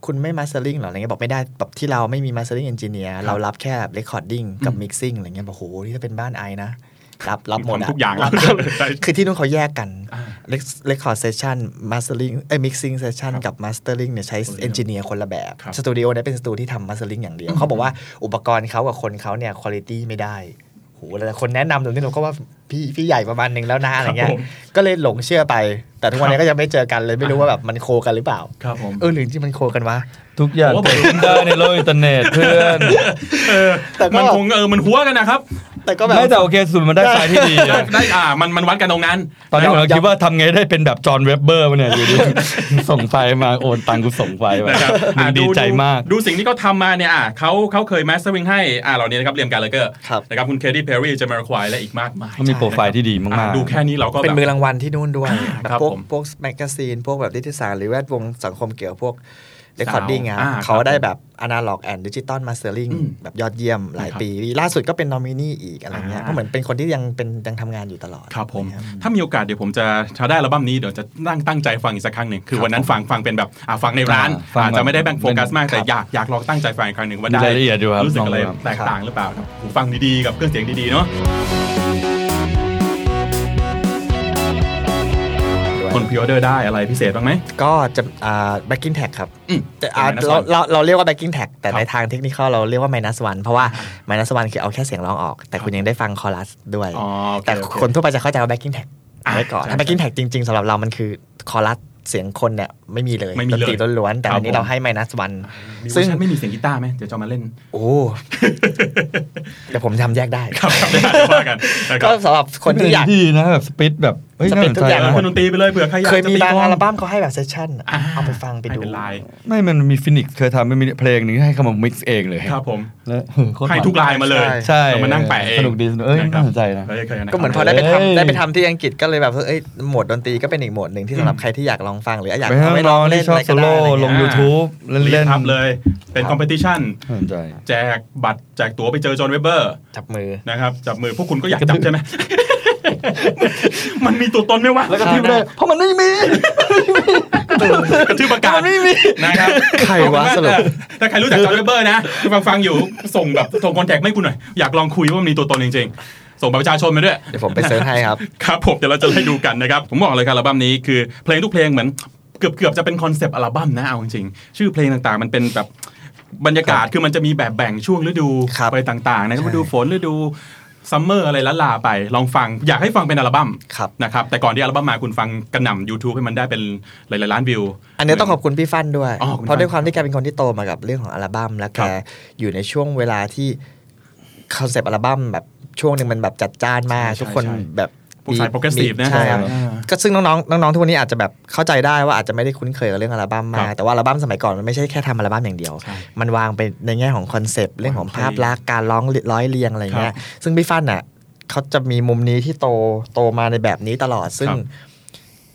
[SPEAKER 4] คุณไม่มาสเตอร์ลิงหรออะไรเงี้ยบอกไม่ได้แบบที่เราไม่มีมาสเตอร์ลิงเอนจิเนียร์เรารับแค่เรคคอร์ดดิ้งกับมิกซิ่งอะไรเงี้ยบอกโหนี่ถ้าเป็นบ้านไอนะรับรับหมดะ
[SPEAKER 1] ทำทุกอย่าง
[SPEAKER 4] รับ
[SPEAKER 1] แล้ว ใช่
[SPEAKER 4] คือที่นู่นเขาแยกกัน
[SPEAKER 1] อ่า
[SPEAKER 4] เรคคอร์ดเซสชันมาสเตอร์ลิงเอ้ยมิกซิ่งเซสชันกับมาสเตอร์ลิงเนี่ยใช้
[SPEAKER 1] คนละแบบ
[SPEAKER 4] เอนจิเนียร์คนละแบบ
[SPEAKER 1] ครับ
[SPEAKER 4] สตูดิโอเนี่ยเป็นสตูที่ทำมาสเตอร์ลิงอย่างเดียวเขาบอกว่าอุปกรณ์เขากับคนเขาเนี่ยคุณภาพไม่ได้โหแต่คนแนะนำแบบนี้เราก็ว่าพี่พี่ใหญ่ประมาณหนึ่งแล้วนะอะไรเงี้ยก็เลยหลงเชื่อไป แต่ทุกวันนี้ก็ยังไม่เจอกันเลยไม่รู้ว่าแบบมันโคกันหรือเปล่า
[SPEAKER 1] ครับผม
[SPEAKER 4] เออหรือจริงๆมันโคกันวะ
[SPEAKER 3] ทุกอย่าง
[SPEAKER 1] โอ้โห
[SPEAKER 3] เกิดขึ้นได้ในโลกอินเทอร์เน็ตเพื่อน
[SPEAKER 1] เออ
[SPEAKER 4] แต่ก็
[SPEAKER 1] มันคงเออมันหัวกันนะครับ
[SPEAKER 4] แต่ก็แบบ
[SPEAKER 3] ไม่แต่โอเคสุดมันได้สายที่ ดีอะ
[SPEAKER 1] ได้อ่ามันมันวัดกันตรงนั้น
[SPEAKER 3] ตอนนี้ผมคิดว่าทำไงได้เป็นแบบจอห์นเวบเบอร์มาเนี่ยอยู่ดี ส่งไฟล์มาโอนตังกูส่งไฟล์มา
[SPEAKER 1] นะครับ
[SPEAKER 3] มึ
[SPEAKER 1] อ่ะ
[SPEAKER 3] งดีใจมาก
[SPEAKER 1] ดูสิ่งที่เขาทำมาเนี่ยอ่ะเขาเขาเคยแมสเตอร์วิงให้อ่าเหล่านี้นะครับเรียมการเลเกอร์
[SPEAKER 4] ครับ
[SPEAKER 1] นะครับคุณเคดี้เพร์รี่เจมารควายและอีกมากมาย
[SPEAKER 3] เขามีโปรไฟล์ที่ดีมาก
[SPEAKER 1] อ่ะดูแค่นี้เราก็
[SPEAKER 4] เป็นมือ
[SPEAKER 1] แบบ
[SPEAKER 4] รางวัลที่นู่น ด้วย
[SPEAKER 1] อ่า
[SPEAKER 4] แบบ
[SPEAKER 1] ครับ
[SPEAKER 4] พวก
[SPEAKER 1] ผม
[SPEAKER 4] พวกแมกกาซีน พวกแบบนิตยสารหรือแวดวงสังคมเกี่ยวพวกเรคคอร์ดดิ้งอะ
[SPEAKER 1] อ่า
[SPEAKER 4] เขา
[SPEAKER 1] ครับ
[SPEAKER 4] ได้แบบอนาล็อกแอนด์ดิจิตอลมาสเตอร์ลิง
[SPEAKER 1] อืม
[SPEAKER 4] แบบยอดเยี่ยมหลาย
[SPEAKER 1] ครับ
[SPEAKER 4] ปี ล่าสุดก็เป็นนอมินีอีกอะไรเงี้ย
[SPEAKER 1] อ่า
[SPEAKER 4] ก็เหมือนเป็นคนที่ยังเป็นยังทำงานอยู่ตลอด
[SPEAKER 1] ครับผม
[SPEAKER 4] อะไเงี้ย
[SPEAKER 1] ถ้ามีโอกาสเดี๋ยวผมจะถ้าได้อัลบั้มนี้เดี๋ยวจะนั่งตั้งใจฟังอีกสักครั้งหนึ่งคือวันนั้นฟังฟังเป็นแบบอ่ะฟังในร้าน
[SPEAKER 3] อ่าฟัง
[SPEAKER 1] อาจจะไม่ได้แบ่งโฟกัสมากแต่
[SPEAKER 3] ครับ
[SPEAKER 1] อยากอยากลองตั้งใจฟังอีกครั้งหนึ่งว่าได้
[SPEAKER 3] มีรายละเอียดอยู่ครับ
[SPEAKER 1] รู้สึกอะไร
[SPEAKER 3] ลองดูครับ
[SPEAKER 1] แตกต่างหรือเปล่าครับหูฟังดีๆกับเครื่องเสียงดีๆเนาะ
[SPEAKER 4] ด้วย
[SPEAKER 1] คนพิออเดอร์ได้อะไรพิเศษบ้างไหม
[SPEAKER 4] ก็จะอ่า backing tag ครับ
[SPEAKER 1] อืม
[SPEAKER 4] แต่อ่า
[SPEAKER 1] เป็น minus
[SPEAKER 4] เรา
[SPEAKER 1] one
[SPEAKER 4] เราเราเรียกว่า backing tag แต่
[SPEAKER 1] ครับ
[SPEAKER 4] ในทางเทคนิคเราเรียกว่า minus one เพราะว่า minus one คือเอาแค่เสียงร้องออก แต่คุณยังได้ฟังคอรัสด้วย
[SPEAKER 1] อ๋อโอเค
[SPEAKER 4] แต่
[SPEAKER 1] โอเค
[SPEAKER 4] คนทั่วไปจะเข้าใจว่า backing tag
[SPEAKER 1] อ่ะ
[SPEAKER 4] ไว้ก่อน
[SPEAKER 1] ใช่
[SPEAKER 4] ถ้า backing tag จริง ๆสำหรับเรามันคือคอรัสเสียงคนเนี่ยไม่มีเลย
[SPEAKER 1] ไม่มี
[SPEAKER 4] ดนตรี
[SPEAKER 1] เลย
[SPEAKER 4] ล้วนๆแต่
[SPEAKER 1] ครับ
[SPEAKER 4] วันนี้เรา
[SPEAKER 1] ผม
[SPEAKER 4] ให้ minus one
[SPEAKER 1] มีเวอ
[SPEAKER 4] ซึ่ง
[SPEAKER 1] ร์ชันไม่มีเสียงกีตาร์ไหมเดี๋ยวจะมาเล่น
[SPEAKER 4] โอ้ เดี๋ยวผมทำแยกได้
[SPEAKER 1] ครับครับได้ เดี๋ยวว่ากันนะครับ
[SPEAKER 4] ก็สำหรับคนที่อยาก
[SPEAKER 3] ดีนะแบบสปิดแบบเฮ้ย
[SPEAKER 4] ส
[SPEAKER 3] น่า
[SPEAKER 4] ปิด
[SPEAKER 3] สน
[SPEAKER 4] ทุ
[SPEAKER 3] ใจ
[SPEAKER 4] กอย่าง
[SPEAKER 1] เออ
[SPEAKER 3] นะ
[SPEAKER 1] คนดนตรีไปเลยเผื่อใครอยาก
[SPEAKER 4] เคยมี
[SPEAKER 1] จะตี
[SPEAKER 4] บาง
[SPEAKER 1] กลอง
[SPEAKER 4] อัลบั้มเขาให้แบบเซสชั่นอะ
[SPEAKER 1] อ่ะ
[SPEAKER 4] เอาไปฟังไปดู
[SPEAKER 1] ม่เป็นร
[SPEAKER 3] ไม่มันมีฟินิกซ์เคยทำมันมีเพลงหนึ่งที่ให้เขามามิกซ์เองเลย
[SPEAKER 1] ครับผม
[SPEAKER 3] แล้วเออโคตร
[SPEAKER 1] ให้
[SPEAKER 3] มัน
[SPEAKER 1] ทุกลายมาเลย
[SPEAKER 3] ใช่
[SPEAKER 1] เรามานั่งแปะเอง
[SPEAKER 3] สนุกดีสนุกเอ้ย
[SPEAKER 1] ะครับ
[SPEAKER 3] น่าสนใจนะ
[SPEAKER 1] เคยเคยะครับ
[SPEAKER 4] ก็เหมือนพอได้ไป
[SPEAKER 3] เอ้ย
[SPEAKER 4] ทำได้ไปทำที่อังกฤษก็เลยแบบเอ้ยโหมวดดนตรีก็เป็นอีกโหมวดหนึ่งที่สำหรับ
[SPEAKER 1] อืม
[SPEAKER 4] ใครที่อยากลองฟังหรืออยาก
[SPEAKER 3] ไปให้
[SPEAKER 4] เอาไว้ลองเล่น
[SPEAKER 3] น้องๆที่ชอบ
[SPEAKER 4] อะไรก็ได้
[SPEAKER 3] โซโล่
[SPEAKER 4] อะไร
[SPEAKER 3] ลง
[SPEAKER 4] เงี้ย
[SPEAKER 3] YouTube เล่นๆ
[SPEAKER 1] รีบทับเลยเป็นคอมเพติชัน
[SPEAKER 3] น่าสนใจ
[SPEAKER 1] แจกบัตรแจกตั๋วไปเจอจอห์นเวเบอร์
[SPEAKER 4] จับมือ
[SPEAKER 1] นะครับ จับมือพวกคุณก็อยาก จับใช่ไหม มันมีตัวตนไหมวะ
[SPEAKER 3] แล้วก็ทิ้งไปเลยเพราะมันไม่มี
[SPEAKER 1] กระทืบประกาศ
[SPEAKER 3] มันไม่มี
[SPEAKER 1] นะครับ
[SPEAKER 4] ใครวะสรุป
[SPEAKER 1] เออถ้าใครรู้จักจอห์นเวเบอร์นะฟังฟังอยู่ส่งแบบส่งคอนแทคไม่คุณหน่อย อยากลองคุยว่ามันมีตัวตนจริงๆ ส่งบัตรประชาชนมาด้วย
[SPEAKER 4] เดี๋ยวผมไปเซิร์ชให้ครับ
[SPEAKER 1] ครับผมเดี๋ยวเราจะได้ดูกันนะครับ ผมบอกเลยครับอัลบั้มนี้คือเพลงทุกเพลงเหมือนเกือบเกือบจะเป็นคอนเซปต์อัลบั้มนะเอาจริงๆชื่อเพลงต่างๆ มันเป็นแบบบรรยากาศคือมันจะมีแบบแบ่งช่วงฤดู
[SPEAKER 4] ครับ
[SPEAKER 1] ไปต่างๆนะครับ
[SPEAKER 4] ใช่
[SPEAKER 1] ฤดูฝนฤดูซัมเมอร์อะไรละลาไป ลองฟังอยากให้ฟังเป็นอัลบั้ม
[SPEAKER 4] ครับ
[SPEAKER 1] นะครับ แต่ก่อนที่อัลบั้มมาคุณฟังกระหน่ำ YouTube ให้มันได้เป็นหลายๆล้านวิว
[SPEAKER 4] อันนี้ต้องขอบคุณพี่ฟันด้วย
[SPEAKER 1] อ๋อขอบคุณ
[SPEAKER 4] เพราะด้ว
[SPEAKER 1] ฟั
[SPEAKER 4] ย
[SPEAKER 1] น
[SPEAKER 4] ความที่แกเป็นคนที่โตมากับเรื่องของอัลบั้มและ
[SPEAKER 1] ค
[SPEAKER 4] แก
[SPEAKER 1] รับ
[SPEAKER 4] อยู่ในช่วงเวลาที่คอนเซปต์อัลบั้มแบบช่วงหนึ่งมันแบบจัดจ้านมาก
[SPEAKER 1] ใช่
[SPEAKER 4] ทุกคน
[SPEAKER 1] ใช่
[SPEAKER 4] แบบ
[SPEAKER 1] พวกสาย progressive นะ
[SPEAKER 4] ใช่ครับ
[SPEAKER 1] อ่า
[SPEAKER 4] ก็ซึ่งน้องๆน้องๆทุกวันนี้อาจจะแบบเข้าใจได้ว่าอาจจะไม่ได้คุ้นเคยกับเรื่องอัลบั้มมา
[SPEAKER 1] ครั
[SPEAKER 4] ก
[SPEAKER 1] บ
[SPEAKER 4] แต่ว่าอัลบั้มสมัยก่อนมันไม่ใช่แค่ทำอัลบั้มอย่างเดียว
[SPEAKER 1] ใช่
[SPEAKER 4] มันวางไปในแง่ของคอนเซปต์เรื่องของภาพลักษณ์การร้องร้อยเรียงอะไรอย่างเงี้
[SPEAKER 1] ครั
[SPEAKER 4] ย
[SPEAKER 1] บ
[SPEAKER 4] ซึ่งพี่ฟันน่ะเขาจะมีมุมนี้ที่โตโตมาในแบบนี้ตลอดซึ่ง
[SPEAKER 1] ครับ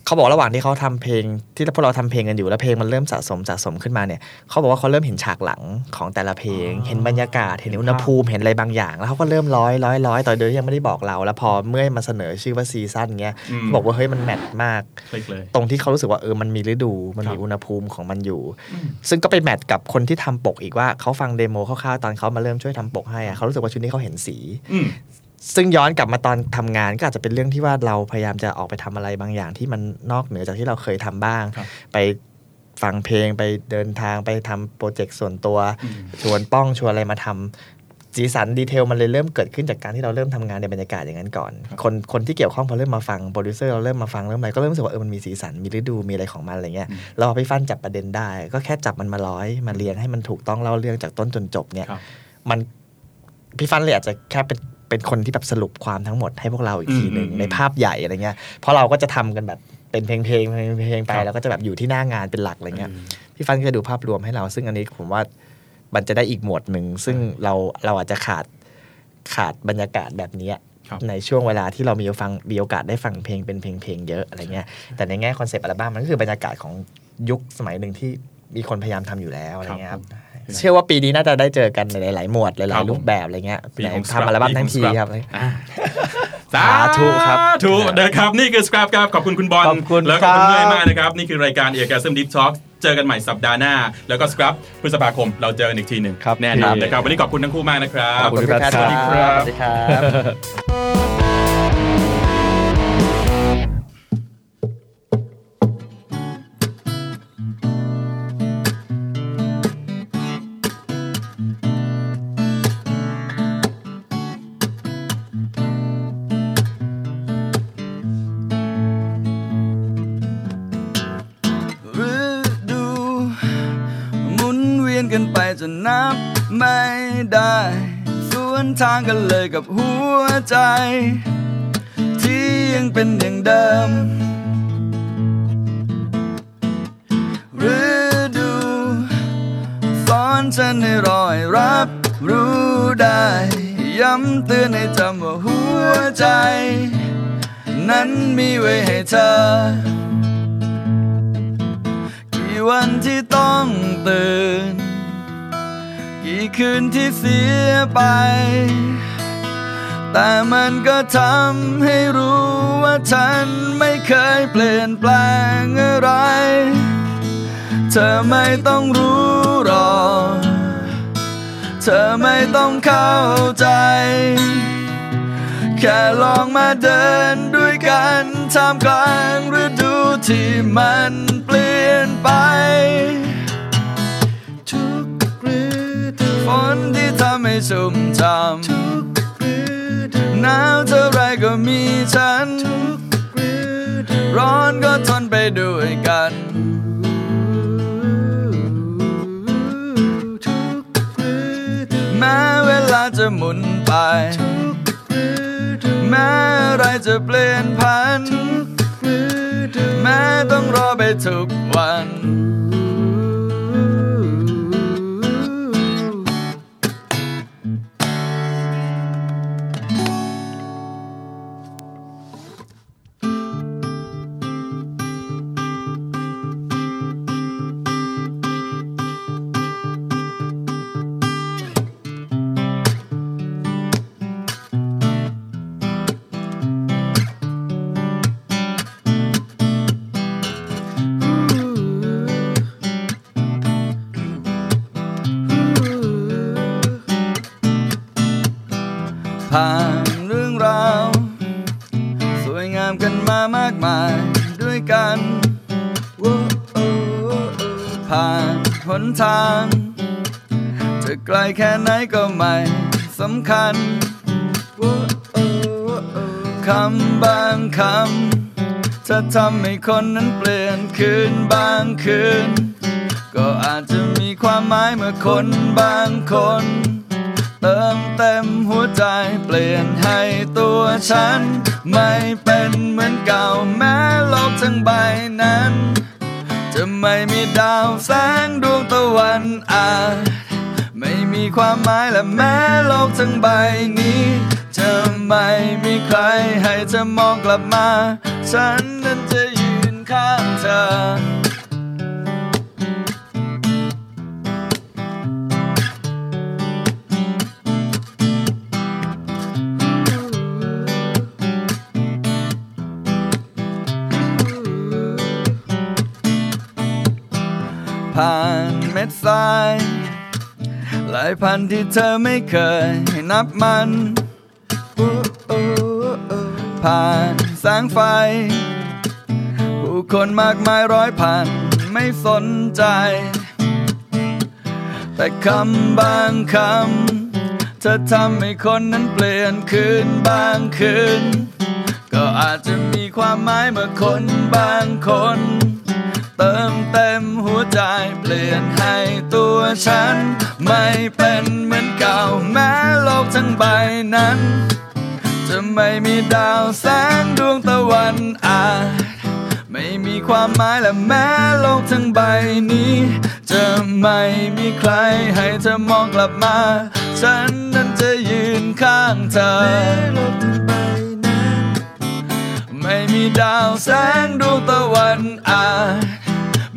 [SPEAKER 4] เขาบอกระหว่างที่เขาทำเพลงที่พวกเราทำเพลงกันอยู่แล้วเพลงมันเริ่มสะสมสะสมขึ้นมาเนี่ยเขาบอกว่าเขาเริ่มเห็นฉากหลังของแต่ละเพลง เห็นบรรยากาศเห็นอุณหภูมิเห็นอะไรบางอย่าง แล้วเขาก็เริ่มร้อยร้อยร้อยต่อเดือนที่ยังไม่ได้บอกเรา แล้วพอเมื่อมาเสนอชื่อว่าซีซั่นเงี้ย
[SPEAKER 1] อืม
[SPEAKER 4] เขาบอกว่าเฮ้ยมันแมทมาก
[SPEAKER 1] คลิกเลย
[SPEAKER 4] ตรงที่เขารู้สึกว่าเออมันมีฤดูมัน
[SPEAKER 1] ค
[SPEAKER 4] มี
[SPEAKER 1] รับ
[SPEAKER 4] อุณหภูมิของมันอยู่
[SPEAKER 1] อืม
[SPEAKER 4] ซึ่งก็ไปแมทกับคนที่ทำปกอีกว่าเขาฟังเดโมคร่าวๆตอนเขามาเริ่มช่วยทำปกให้อะเขารู้สึกว่าชุดนี้เขาเห็นสี
[SPEAKER 1] อืม
[SPEAKER 4] ซึ่งย้อนกลับมาตอนทำงานก็อาจจะเป็นเรื่องที่ว่าเราพยายามจะออกไปทำอะไรบางอย่างที่มันนอกเหนือจากที่เราเคยทำบ้าง
[SPEAKER 1] ครับ
[SPEAKER 4] ไปฟังเพลงไปเดินทางไปทำโปรเจกต์ส่วนตัว
[SPEAKER 1] อืม
[SPEAKER 4] ชวนป้องชวนอะไรมาทำสีสันดีเทลมันเลยเริ่มเกิดขึ้นจากการที่เราเริ่มทำงานในบรรยากาศอย่างนั้นก่อน คนคนที่เกี่ยวข้องพอเริ่มมาฟังโปรดิวเซอร์เราเริ่มมาฟังเริ่มอะไรก็เริ่มรู้สึกว่าเออมันมีสีสันมีฤดูมีอะไรของมันอะไรเงี้ย
[SPEAKER 1] อืม
[SPEAKER 4] เราพอไปฟันจับประเด็นได้ ก็แค่จับมันมาร้อยมาเรียงให้มันถูกต้องเล่าเรื่องจากต้นจนจบเนี่ย
[SPEAKER 1] ครับ
[SPEAKER 4] มันพี่ฟันเลยอาจจะแค่เป็นเป็นคนที่แบบสรุปความทั้งหมดให้พวกเราอีกทีหนึ่ง
[SPEAKER 1] อืม
[SPEAKER 4] ในภาพใหญ่อะไรเงี้ยเพราะเราก็จะทำกันแบบเป็นเพลงเพลงเพลงเพลงไป
[SPEAKER 1] ครับ
[SPEAKER 4] แล้วก็จะแบบอยู่ที่หน้างานเป็นหลักอะไรเงี้ยพี่ฟันก็จะดูภาพรวมให้เรา ซึ่งอันนี้ผมว่ามันจะได้อีกหมวดหนึ่งซึ่งเราเราอาจจะขาดขาดบรรยากาศแบบเนี้ย
[SPEAKER 1] ครับ
[SPEAKER 4] ในช่วงเวลาที่เรามีฟังมีโอกาสได้ฟังเพลงเป็นเพลงเพลงเยอะอะไรเงี้ยแต่ในแง่คอนเซปต์อัลบั้มมันก็คือบรรยากาศของยุคสมัยหนึ่งที่มีคนพยายามทำอยู่แล้วอะไรเงี้ยครับ เชื่อว่าปีนี้น่าจะได้เจอกันในหลาย ๆ หมวดห
[SPEAKER 1] ครั
[SPEAKER 4] ลา
[SPEAKER 1] บ
[SPEAKER 4] ย
[SPEAKER 1] ผม
[SPEAKER 4] ๆ รูปแบบอะไรเงี้ย
[SPEAKER 1] ปีของ
[SPEAKER 4] ทำอัลบั้มทั้งทีครับ
[SPEAKER 1] สา
[SPEAKER 4] ธุครับ
[SPEAKER 1] ถูกนะครับนี่คือสครับครับขอบคุณคุณบอล
[SPEAKER 3] ขอบคุณ
[SPEAKER 1] แล้วก็คุณ
[SPEAKER 3] ครับ
[SPEAKER 1] เมื่อยมากนะครับ นี่คือรายการเอกเซมดิฟท็อกเจอกันใหม่สัปดาห์หน้า แล้วก็สครับพฤษภาคมเราเจอกันอีกทีหนึ่ง
[SPEAKER 3] ครับ
[SPEAKER 1] แน่นอน
[SPEAKER 3] พี่
[SPEAKER 1] นะครับวันนี้ขอบคุณทั้งคู่มากนะครับ
[SPEAKER 3] ขอบคุณครับ
[SPEAKER 4] สวัสดีครับสวัสดีครับ
[SPEAKER 2] ฤดูหมุนเวียนกันไปจนนับไม่ได้ สว
[SPEAKER 3] วนทางกันเลยกับหัวใจ ที่ยังเป็นอย่างเดิมฤดูสอนฉันให้รอยรับรู้ได้ ย้ำเตือนให้จำว่าหัวใจ นั้นมีไว้ให้เธอ กี่วันที่ต้องตื่น กี่คืนที่เสียไป แต่มันก็ทำให้รู้ว่าฉันไม่เคยเปลี่ยนแปลงอะไร เธอไม่ต้องรู้หรอก เธอไม่ต้องเข้าใจ แค่ลองมาเดินด้วยกันท่ามกลางฤดูที่มันเปลี่ยนไป ทุกฤดูฝนที่ทำให้ชุ่มช่ำทุกฤดูหนาวเท่าไรก็มีฉัน ทุกฤดูร้อนก็ทนไปด้วยกัน แม้เวลาจะหมุนไป แม้อะไรจะเปลี่ยนพัน แม้ต้องรอไปทุกวัน ผ่านเรื่องราว สวยงามกันมามากมายด้วยกันโอ้โอ้โอ้โอ้ผ่านหนทาง จะไกลแค่ไหนก็ไม่สำคัญโอ้โอ้โอ้โอ้คำบางคำถ้าทำให้คนนั้นเปลี่ยนคืนบางคืน ก็อาจจะมีความหมายเมื่อคนบางคน เติมเต็มหัวใจเปลี่ยนให้ตัวฉัน ไม่เป็นเหมือนเก่าแม้โลกทั้งใบนั้น จะไม่มีดาวแสงดวงตะวันอาจไม่มีความหมายและแม้โลกทั้งใบนี้ จะไม่มีใครให้เธอมองกลับมา ฉันนั้นจะยืนข้างเธอ ผ่านเม็ดทรายหลายพันที่เธอไม่เคยนับมันอู้อู้อู้ผ่านแสงไฟ ผู้คนมากมายร้อยพันไม่สนใจ แต่คำบางคำเธอทำให้คนนั้นเปลี่ยนคืนบางคืน ก็อาจจะมีความหมายเมื่อคนบางคน เติมเต็มหัวใจเปลี่ยนให้ตัวฉัน ไม่เป็นเหมือนเก่าแม้โลกทั้งใบนั้น จะไม่มีดาวแสงดวงตะวันอาจไม่มีความหมายและแม้โลกทั้งใบนี้ จะไม่มีใครให้เธอมองกลับมา ฉันนั้นจะยืนข้างเธอ ไม่มีดาวแสงดวงตะวันอาจ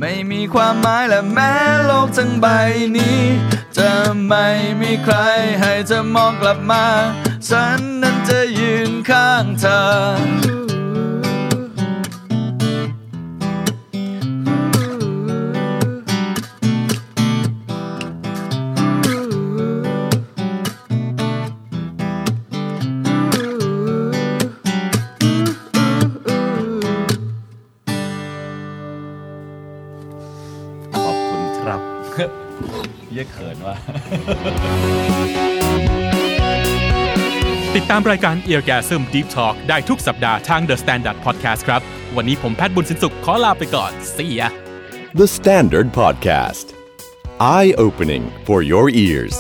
[SPEAKER 3] ไม่มีความหมายและแม้โลกทั้งใบนี้ จะไม่มีใครให้เธอมองกลับมา ฉันนั้นจะยืนข้างเธอ
[SPEAKER 2] ขอบคุณครับ เยี่ยเขินว่ะ
[SPEAKER 1] ติดตามรายการ e a r g a s m Deep Talk ได้ทุกสัปดาห์ทาง The Standard Podcast ครับ วันนี้ผมแพทย์บุญสินสุขขอลาไปก่อน See ya
[SPEAKER 5] The Standard Podcast. Eye opening for your ears.